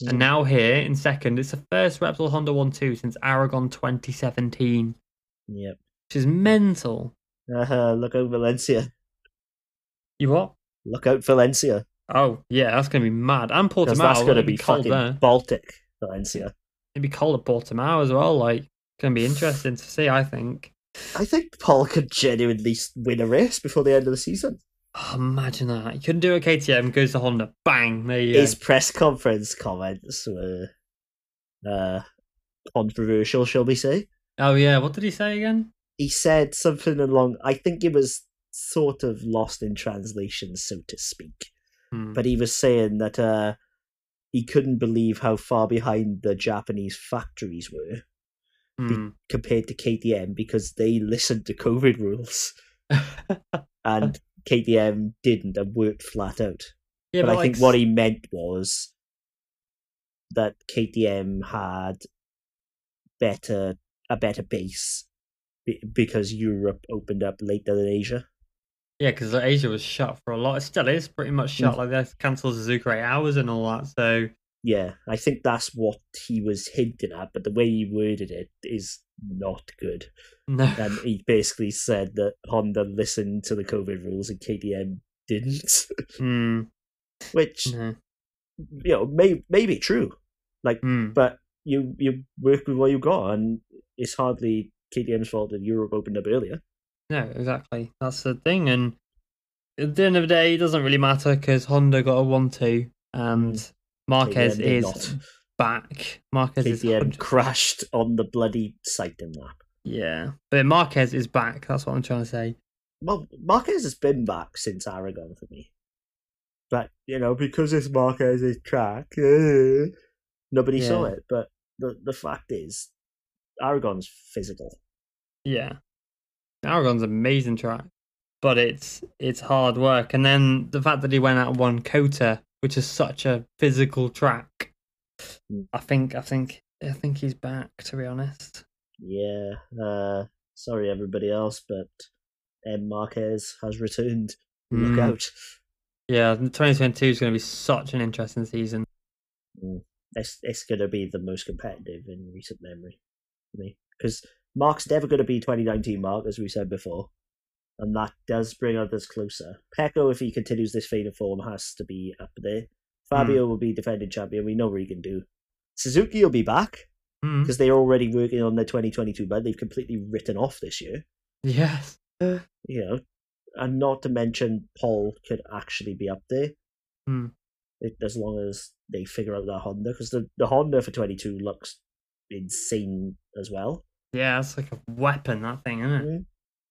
Speaker 2: Hmm.
Speaker 1: And now here in second, it's the first Repsol Honda 1-2 since Aragon 2017,
Speaker 2: Yep.
Speaker 1: which is mental.
Speaker 2: Uh, look out, Valencia.
Speaker 1: You what?
Speaker 2: Look out, Valencia.
Speaker 1: Oh yeah, that's gonna be mad. And Portimao,
Speaker 2: Because that's going to
Speaker 1: it'd
Speaker 2: be
Speaker 1: cold
Speaker 2: fucking
Speaker 1: there.
Speaker 2: Baltic, Valencia.
Speaker 1: It'd be cold at Portimao as well. Like, it's gonna be interesting to see. I think.
Speaker 2: I think Paul could genuinely s- win a race before the end of the season.
Speaker 1: Oh, imagine that. You couldn't do a KTM, goes to Honda, bang, there you
Speaker 2: His press conference comments were uh, controversial, shall we say?
Speaker 1: go. Oh yeah, what did he say again?
Speaker 2: He said something along, I think it was sort of lost in translation, so to speak.
Speaker 1: Hmm.
Speaker 2: but he was saying that uh, he couldn't believe how far behind the Japanese factories were
Speaker 1: Hmm.
Speaker 2: compared to KTM because they listened to COVID rules and KTM didn't and worked flat out.
Speaker 1: Yeah,
Speaker 2: but, I
Speaker 1: like,
Speaker 2: think what he meant was that KTM had better a better base be- because Europe opened up later than Asia.
Speaker 1: yeah, because Asia was shut for a lot. It still is pretty much shut.
Speaker 2: Mm.
Speaker 1: Like they cancelled Suzuka eight hours and all that. So
Speaker 2: Yeah, I think that's what he was hinting at, but the way he worded it is not good.
Speaker 1: no,
Speaker 2: And he basically said that Honda listened to the COVID rules and KTM didn't,
Speaker 1: Hmm.
Speaker 2: which
Speaker 1: no.
Speaker 2: you know may may be true,
Speaker 1: Hmm.
Speaker 2: but you you work with what you got, and it's hardly KTM's fault that Europe opened up earlier.
Speaker 1: No, exactly. That's the thing. And at the end of the day, it doesn't really matter because Honda got a 1 2 and
Speaker 2: Mm.
Speaker 1: Marquez
Speaker 2: KTM did
Speaker 1: is
Speaker 2: not.
Speaker 1: back. Marquez is.
Speaker 2: KTM
Speaker 1: hun-
Speaker 2: crashed on the bloody Saiten lap.
Speaker 1: Yeah. But Marquez is back. That's what I'm trying to say.
Speaker 2: Well, Marquez has been back since Aragon for me. But, you know, because it's Marquez's track, eh, nobody saw
Speaker 1: Yeah.
Speaker 2: it. But the, the fact is, Aragon's physical.
Speaker 1: Yeah. Aragon's an amazing track, but it's it's hard work. And then the fact that he went out and won Kota, which is such a physical track,
Speaker 2: Mm.
Speaker 1: I think I think I think he's back. To be honest,
Speaker 2: Yeah. Uh, sorry, everybody else, but M. Marquez has returned. Look
Speaker 1: Mm.
Speaker 2: out.
Speaker 1: Yeah, 2022 is going to be such an interesting season.
Speaker 2: Mm, It's, it's going to be the most competitive in recent memory for me. Because Mark's never going to be 2019 Mark, as we said before. And that does bring others closer. Pecco, if he continues this fade of form, has to be up there. Fabio will be defending champion. We know what he can do. Suzuki will be back
Speaker 1: Hmm.
Speaker 2: because they're already working on their 2022 bud. They've completely written off this year,
Speaker 1: Yes.
Speaker 2: you know. And not to mention, Paul could actually be up there
Speaker 1: Hmm.
Speaker 2: it, as long as they figure out that Honda because the, the Honda for 22 looks insane as well.
Speaker 1: Yeah, it's like a weapon, that thing, isn't it?
Speaker 2: Mm.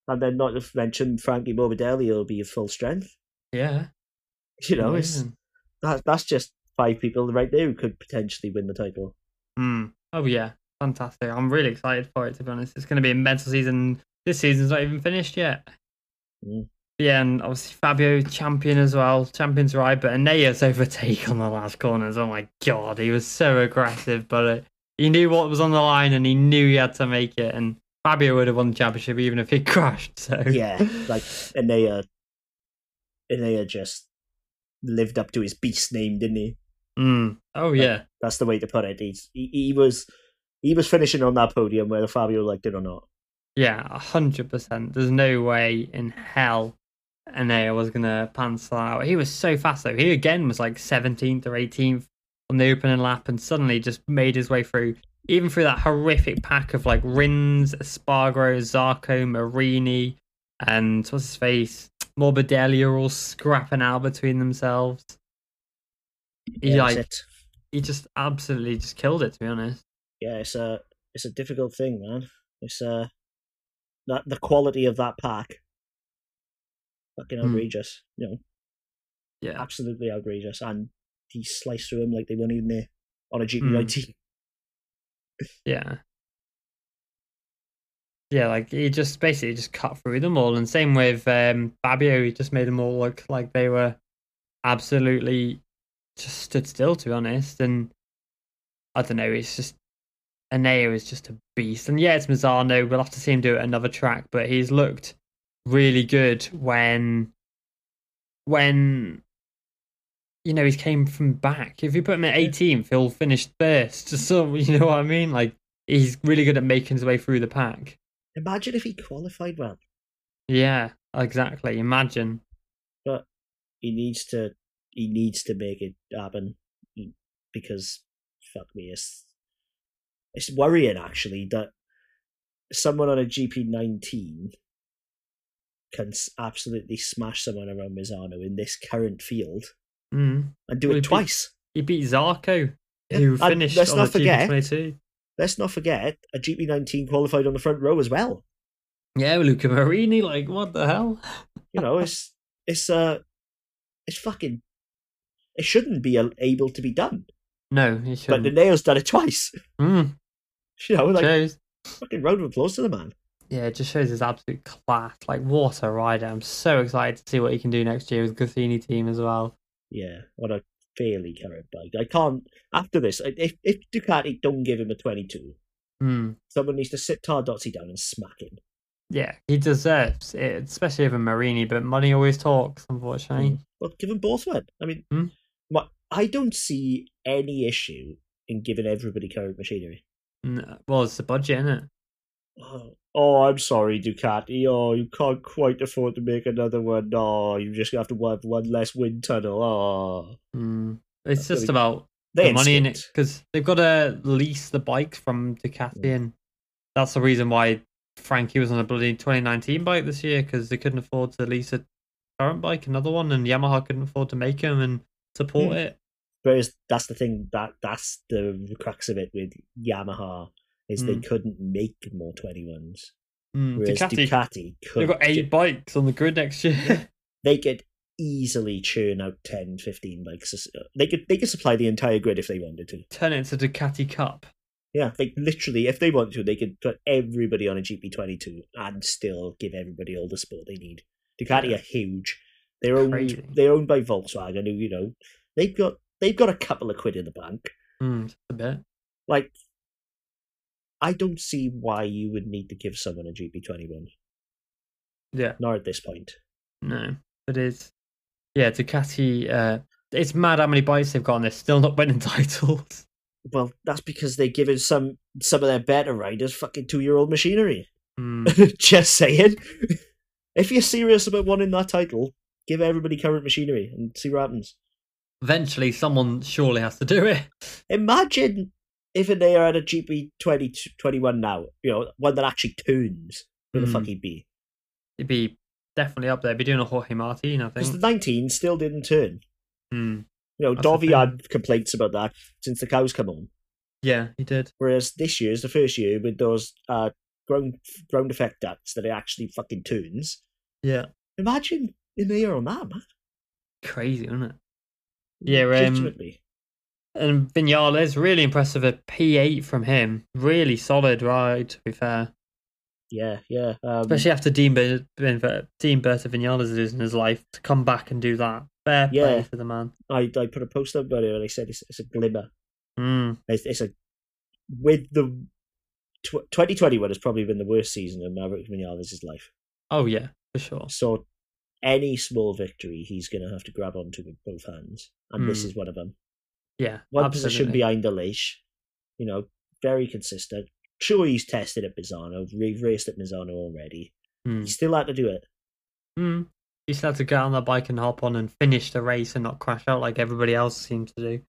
Speaker 2: And then not to mention Frankie Morbidelli will be at full strength.
Speaker 1: Yeah.
Speaker 2: You know, it's,
Speaker 1: amazing.
Speaker 2: that, that's just five people right there who could potentially win the title.
Speaker 1: Mm. Oh, yeah. Fantastic. I'm really excited for it, to be honest. It's going to be a mental season. This season's not even finished yet.
Speaker 2: Mm.
Speaker 1: Yeah, and obviously Fabio, champion as well. Champion's right, but Aeneas overtake on the last corners. Oh, my God. He was so aggressive, but uh, he knew what was on the line and he knew he had to make it. And Fabio would have won the championship even if he crashed. So
Speaker 2: Yeah, like Enea, Enea just lived up to his beast name, didn't he?
Speaker 1: Mm. Oh, yeah.
Speaker 2: That's the way to put it. He's, he, he was he was finishing on that podium whether Fabio liked it or not.
Speaker 1: Yeah, a hundred percent. There's no way in hell Anea was gonna pencil out. He was so fast though. He again was like seventeenth or eighteenth on the opening lap and suddenly just made his way through even through that horrific pack of like Rins, Espargro, Zarco, Marini and what's his face? Morbidelli are all scrapping out between themselves. He
Speaker 2: Yeah, that's
Speaker 1: like
Speaker 2: it.
Speaker 1: he just absolutely just killed it to be honest.
Speaker 2: yeah, it's a it's a difficult thing, man. It's uh that the quality of that pack, fucking
Speaker 1: Hmm.
Speaker 2: outrageous. You know,
Speaker 1: Yeah.
Speaker 2: absolutely outrageous. And he sliced through him like they weren't even there on a
Speaker 1: Hmm.
Speaker 2: GP90.
Speaker 1: Yeah. Yeah, like he just basically just cut through them all, and same with um, Fabio, he just made them all look like they were absolutely just stood still, to be honest. And I don't know, it's just Aneo is just a beast, and yeah, it's Mazzano. We'll have to see him do it another track, but he's looked really good when when you know, he came from back. If you put him at 18th, he'll finish first. Just so you know what I mean. Like he's really good at making his way through the pack.
Speaker 2: Imagine if he qualified well.
Speaker 1: Yeah, exactly. Imagine.
Speaker 2: He needs to. He needs to make it happen He- because fuck me, it's it's worrying actually that someone on a GP nineteen can s- absolutely smash someone around Mizano in this current field
Speaker 1: Mm.
Speaker 2: and do
Speaker 1: Well,
Speaker 2: it
Speaker 1: he beat-
Speaker 2: twice.
Speaker 1: He beat Zarko,
Speaker 2: Yeah,
Speaker 1: who
Speaker 2: and
Speaker 1: finished
Speaker 2: let's
Speaker 1: on
Speaker 2: not
Speaker 1: the
Speaker 2: forget-
Speaker 1: GP22.
Speaker 2: Let's not forget a GP nineteen qualified on the front row as well.
Speaker 1: Yeah, Luca Marini. Like what the hell?
Speaker 2: you know, it's it's uh it's fucking it shouldn't be a- able to be done.
Speaker 1: No, he
Speaker 2: But the
Speaker 1: shouldn't.
Speaker 2: nails done it twice.
Speaker 1: Mm,
Speaker 2: You know, like
Speaker 1: shows.
Speaker 2: fucking round of applause to the man.
Speaker 1: Yeah, it just shows his absolute class. Like, what a rider. I'm so excited to see what he can do next year with Gassini team as well.
Speaker 2: Yeah, what a fairly current bike. I can't after this. I- If if Ducati don't give him a twenty-two,
Speaker 1: Hmm.
Speaker 2: someone needs to sit Tardozzi down and smack him.
Speaker 1: Yeah, he deserves it, especially over Marini, but money always talks, unfortunately.
Speaker 2: Well, give him both one. I mean,
Speaker 1: Hmm.
Speaker 2: my, I don't see any issue in giving everybody current machinery. Hmm.
Speaker 1: Mm, Well, it's the budget, isn't it?
Speaker 2: Oh, oh, I'm sorry, Ducati. Oh, you can't quite afford to make another one. Oh, you just have to have one less wind tunnel. Oh,
Speaker 1: Mm. It's
Speaker 2: That's really-
Speaker 1: just about
Speaker 2: they
Speaker 1: the money in it
Speaker 2: instant.
Speaker 1: because they've got to lease the bikes from Ducati, and that's the reason why Frankie was on a bloody 2019 bike this year because they couldn't afford to lease a current bike, another one, and Yamaha couldn't afford to make him and support
Speaker 2: Hmm.
Speaker 1: it.
Speaker 2: Whereas that's the thing that that's the crux of it with Yamaha is they
Speaker 1: Hmm.
Speaker 2: couldn't make more 21s.
Speaker 1: Mm,
Speaker 2: Whereas Ducati, could.
Speaker 1: They've got eight
Speaker 2: ju-
Speaker 1: bikes on the grid next year.
Speaker 2: They could easily churn out 10, 15 bikes. a s- They could they could supply the entire grid if they wanted to.
Speaker 1: Turn it into Ducati Cup.
Speaker 2: Yeah, they literally, if they want to, they could put everybody on a GP22 and still give everybody all the support they need. Ducati are huge. They're owned.
Speaker 1: Crazy.
Speaker 2: They're owned by Volkswagen, who you know they've got they've got a couple of quid in the bank.
Speaker 1: Mm, just a bit.
Speaker 2: Like, I don't see why you would need to give someone a GP21.
Speaker 1: Yeah.
Speaker 2: Not at this point.
Speaker 1: No. But it's yeah, Ducati uh it's mad how many bikes they've got and they're still not winning titles.
Speaker 2: Well, that's because they're giving some some of their better riders fucking two year old machinery.
Speaker 1: Mm,
Speaker 2: Just saying. If you're serious about wanting that title, give everybody current machinery and see what happens.
Speaker 1: Eventually someone surely has to do it.
Speaker 2: Imagine if they are at a GP 20, 21 now, you know, one that actually turns. Where the
Speaker 1: Hmm.
Speaker 2: fuck he'd be?
Speaker 1: It'd be definitely up there, It'd be doing a Jorge Martin, I
Speaker 2: Because the
Speaker 1: think.
Speaker 2: 19 still didn't turn.
Speaker 1: Mm,
Speaker 2: You know,
Speaker 1: That's the
Speaker 2: Dovi
Speaker 1: thing.
Speaker 2: had complaints about that since the cows come home.
Speaker 1: yeah, he did.
Speaker 2: Whereas this year is the first year with those uh, ground ground effect ducts that it actually fucking turns.
Speaker 1: Yeah.
Speaker 2: Imagine in the year on that, man.
Speaker 1: Crazy, isn't it? Yeah, um,
Speaker 2: Legitimately.
Speaker 1: And Vinales, really impressive a P eight from him. Really solid ride, to be fair.
Speaker 2: yeah, yeah. Um,
Speaker 1: especially after Dean Ber- Bin- Dean Berta Vinales is in his life to come back and do that. Fair
Speaker 2: Yeah.
Speaker 1: play for the man.
Speaker 2: I, I put a post up about it and I said it's, it's a glimmer
Speaker 1: Mm,
Speaker 2: It's, it's a with the tw- 2021 has probably been the worst season of Maverick Vinales' life.
Speaker 1: Oh yeah, for sure.
Speaker 2: So any small victory, he's going to have to grab onto with both hands, and this
Speaker 1: Hmm.
Speaker 2: is one of them.
Speaker 1: Yeah,
Speaker 2: One position
Speaker 1: absolutely.
Speaker 2: behind the leash, you know, very consistent. Sure, he's tested at Mizano, re- raced at Mizano already. He
Speaker 1: Mm.
Speaker 2: still had to do it.
Speaker 1: Mm. You just had to get on that bike and hop on and finish the race and not crash out like everybody else seemed to do.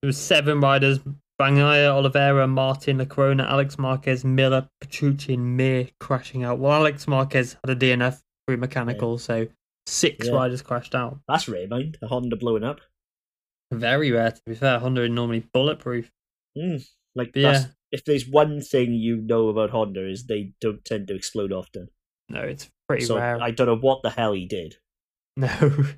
Speaker 1: There was seven riders: Bagnaia, Oliveira, Martin, Lacrona, Alex Marquez, Miller, Petrucci, and Mir crashing out. Well, Alex Marquez had a DNF through mechanical, so six
Speaker 2: Yeah.
Speaker 1: riders crashed out.
Speaker 2: That's rare, mind. A Honda blowing up.
Speaker 1: Very rare, to be fair. Honda are normally bulletproof.
Speaker 2: Like,
Speaker 1: But
Speaker 2: that's,
Speaker 1: yeah.
Speaker 2: if there's one thing you know about Honda is they don't tend to explode often.
Speaker 1: No, it's pretty
Speaker 2: so
Speaker 1: rare.
Speaker 2: I don't know what the hell he did.
Speaker 1: No,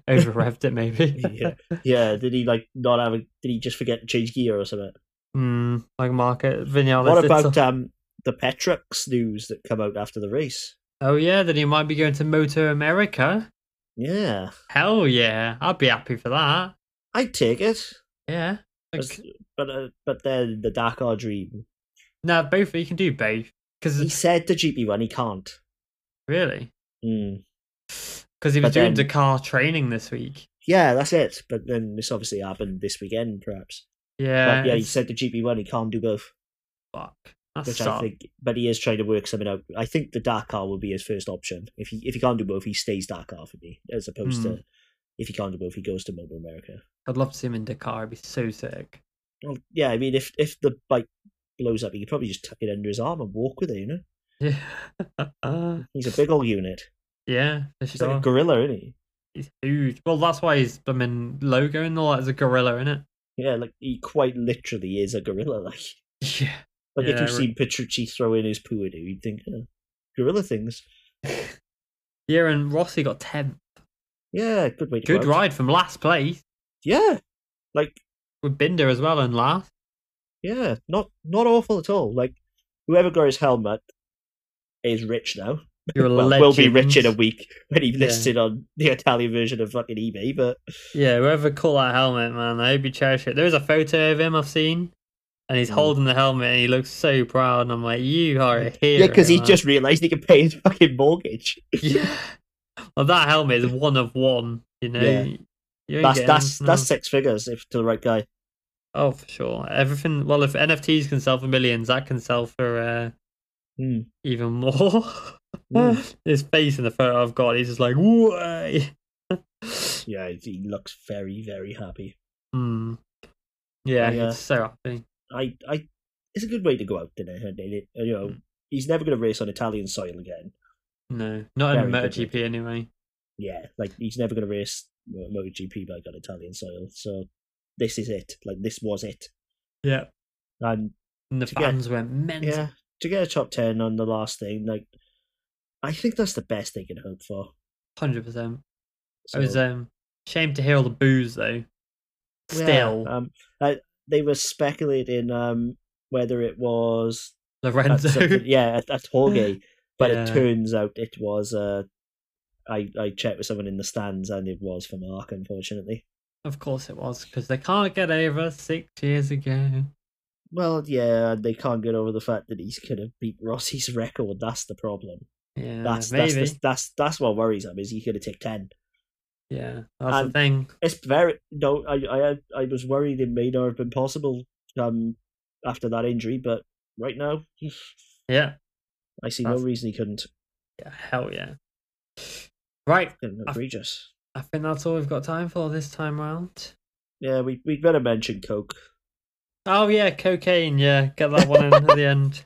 Speaker 1: over revved it maybe.
Speaker 2: yeah, yeah. Did he like not have? A, did he just forget to change gear or something?
Speaker 1: Hmm, like market Vinales.
Speaker 2: what
Speaker 1: did
Speaker 2: about
Speaker 1: some-
Speaker 2: um the Petrox news that come out after the race?
Speaker 1: Oh yeah, then he might be going to Moto America.
Speaker 2: Yeah,
Speaker 1: Hell yeah, I'd be happy for that.
Speaker 2: I'd take it,
Speaker 1: Yeah. Like,
Speaker 2: As- but uh, but then the Dakar Dream.
Speaker 1: no, both you can do both
Speaker 2: He
Speaker 1: because
Speaker 2: said to GP one he can't. Hmm.
Speaker 1: really
Speaker 2: Mm.
Speaker 1: because he was
Speaker 2: But
Speaker 1: doing
Speaker 2: then-
Speaker 1: Dakar training this week.
Speaker 2: yeah, that's it. But then this obviously happened this weekend, perhaps.
Speaker 1: Yeah.
Speaker 2: But yeah, he
Speaker 1: it's-
Speaker 2: said to GP1 he can't do both,
Speaker 1: fuck. That
Speaker 2: which I
Speaker 1: sucks.
Speaker 2: think. But he is trying to work something out. I think the Dakar will be his first option. If he if he can't do both, he stays Dakar for me, as opposed
Speaker 1: Hmm.
Speaker 2: to if he can't do both, he goes to Moto America.
Speaker 1: I'd love to see him in Dakar. It'd be so sick.
Speaker 2: Well, yeah, I mean, if if the bike blows up, he could probably just tuck it under his arm and walk with it. You know,
Speaker 1: Yeah.
Speaker 2: he's a big old unit.
Speaker 1: yeah. For
Speaker 2: He's like
Speaker 1: sure.
Speaker 2: a gorilla, isn't he?
Speaker 1: He's huge. Well, that's why his I mean, logo and all that is a gorilla, isn't
Speaker 2: Yeah, like he quite literally is a gorilla. Like,
Speaker 1: it? Yeah. Yeah,
Speaker 2: like if you've
Speaker 1: right.
Speaker 2: seen Petrucci throw in his poo at you, you'd think, oh, gorilla things.
Speaker 1: Yeah, and Rossi got 10th.
Speaker 2: Yeah, good way to
Speaker 1: Good
Speaker 2: go. out.
Speaker 1: ride from last place
Speaker 2: Yeah, like
Speaker 1: with Binder as well and last.
Speaker 2: yeah, not not awful at all. Like whoever got his helmet is rich now.
Speaker 1: You're a
Speaker 2: Well,
Speaker 1: legend.
Speaker 2: will be rich in a week when he
Speaker 1: Yeah.
Speaker 2: listed on the Italian version of fucking eBay. But
Speaker 1: Yeah, whoever caught that helmet, man, I hope you cherish it. There is a photo of him I've seen, and he's
Speaker 2: Mm.
Speaker 1: holding the helmet and he looks so proud. And I'm like, you are a hero.
Speaker 2: yeah, because he
Speaker 1: man."
Speaker 2: just realised he could pay his fucking mortgage.
Speaker 1: Yeah. Well, that helmet is one of one, you know?
Speaker 2: Yeah.
Speaker 1: You ain't
Speaker 2: That's
Speaker 1: getting
Speaker 2: that's
Speaker 1: anything
Speaker 2: that's
Speaker 1: else.
Speaker 2: six figures if to the right guy.
Speaker 1: Oh, for sure. Everything. Well, if NFTs can sell for millions, that can sell for uh,
Speaker 2: Hmm.
Speaker 1: even more.
Speaker 2: Hmm.
Speaker 1: His face in the photo I've got, he's just like, way.
Speaker 2: yeah, he looks very very happy.
Speaker 1: Hmm. Yeah,
Speaker 2: Yeah.
Speaker 1: he's so happy.
Speaker 2: I I it's a good way to go out in it. and it- You know, he's never going to race on Italian soil again.
Speaker 1: No, not in a
Speaker 2: Very good
Speaker 1: MotoGP anyway.
Speaker 2: yeah, like he's never going to race Mo- MotoGP bike on Italian soil. So this is it. Like this was it.
Speaker 1: Yeah.
Speaker 2: And
Speaker 1: And the
Speaker 2: To get-
Speaker 1: fans went mental.
Speaker 2: yeah, to get a top ten on the last thing, like I think that's the best they can hope for.
Speaker 1: Hundred percent. It
Speaker 2: So,
Speaker 1: was um shame to hear all the booze though.
Speaker 2: Oh. yeah,
Speaker 1: Still,
Speaker 2: um, I, they were speculating um whether it was at
Speaker 1: Lorenzo.
Speaker 2: something- yeah at, at Torgay, but it
Speaker 1: Yeah.
Speaker 2: turns out it was. Uh, I I checked with someone in the stands, and it was for Mark, unfortunately.
Speaker 1: Of course it was because they can't get over six years ago.
Speaker 2: Well, yeah, they can't get over the fact that he's gonna beat Rossi's record. That's the problem.
Speaker 1: Yeah,
Speaker 2: That's
Speaker 1: Uh, maybe.
Speaker 2: that's, that's that's that's what worries him. Is he gonna take ten?
Speaker 1: yeah, that's the
Speaker 2: and-
Speaker 1: thing.
Speaker 2: It's very no. I I I was worried it may not have been possible. Um, after that injury, but right now,
Speaker 1: Yeah,
Speaker 2: I see
Speaker 1: That's-
Speaker 2: no reason he couldn't.
Speaker 1: yeah, hell yeah. Right,
Speaker 2: Fucking
Speaker 1: I-
Speaker 2: Egregious.
Speaker 1: I think that's all we've got time for this time round.
Speaker 2: Yeah, we we would better mention Coke.
Speaker 1: Oh yeah, cocaine. Yeah, get that one in at the end.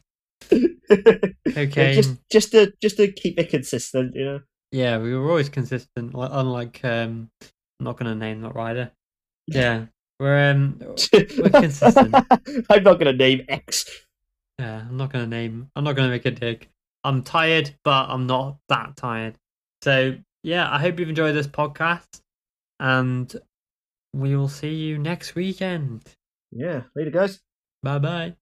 Speaker 1: Cocaine.
Speaker 2: just just to just to keep it consistent, you know.
Speaker 1: Yeah, we were always consistent. li- Unlike, um, I'm not gonna name that rider. Yeah, we're um, We're consistent.
Speaker 2: I'm not gonna name X.
Speaker 1: yeah, I'm not gonna name. I'm not gonna make a dig. I'm tired, but I'm not that tired. So yeah, I hope you've enjoyed this podcast, and we will see you next weekend.
Speaker 2: Yeah, later, guys.
Speaker 1: Bye bye.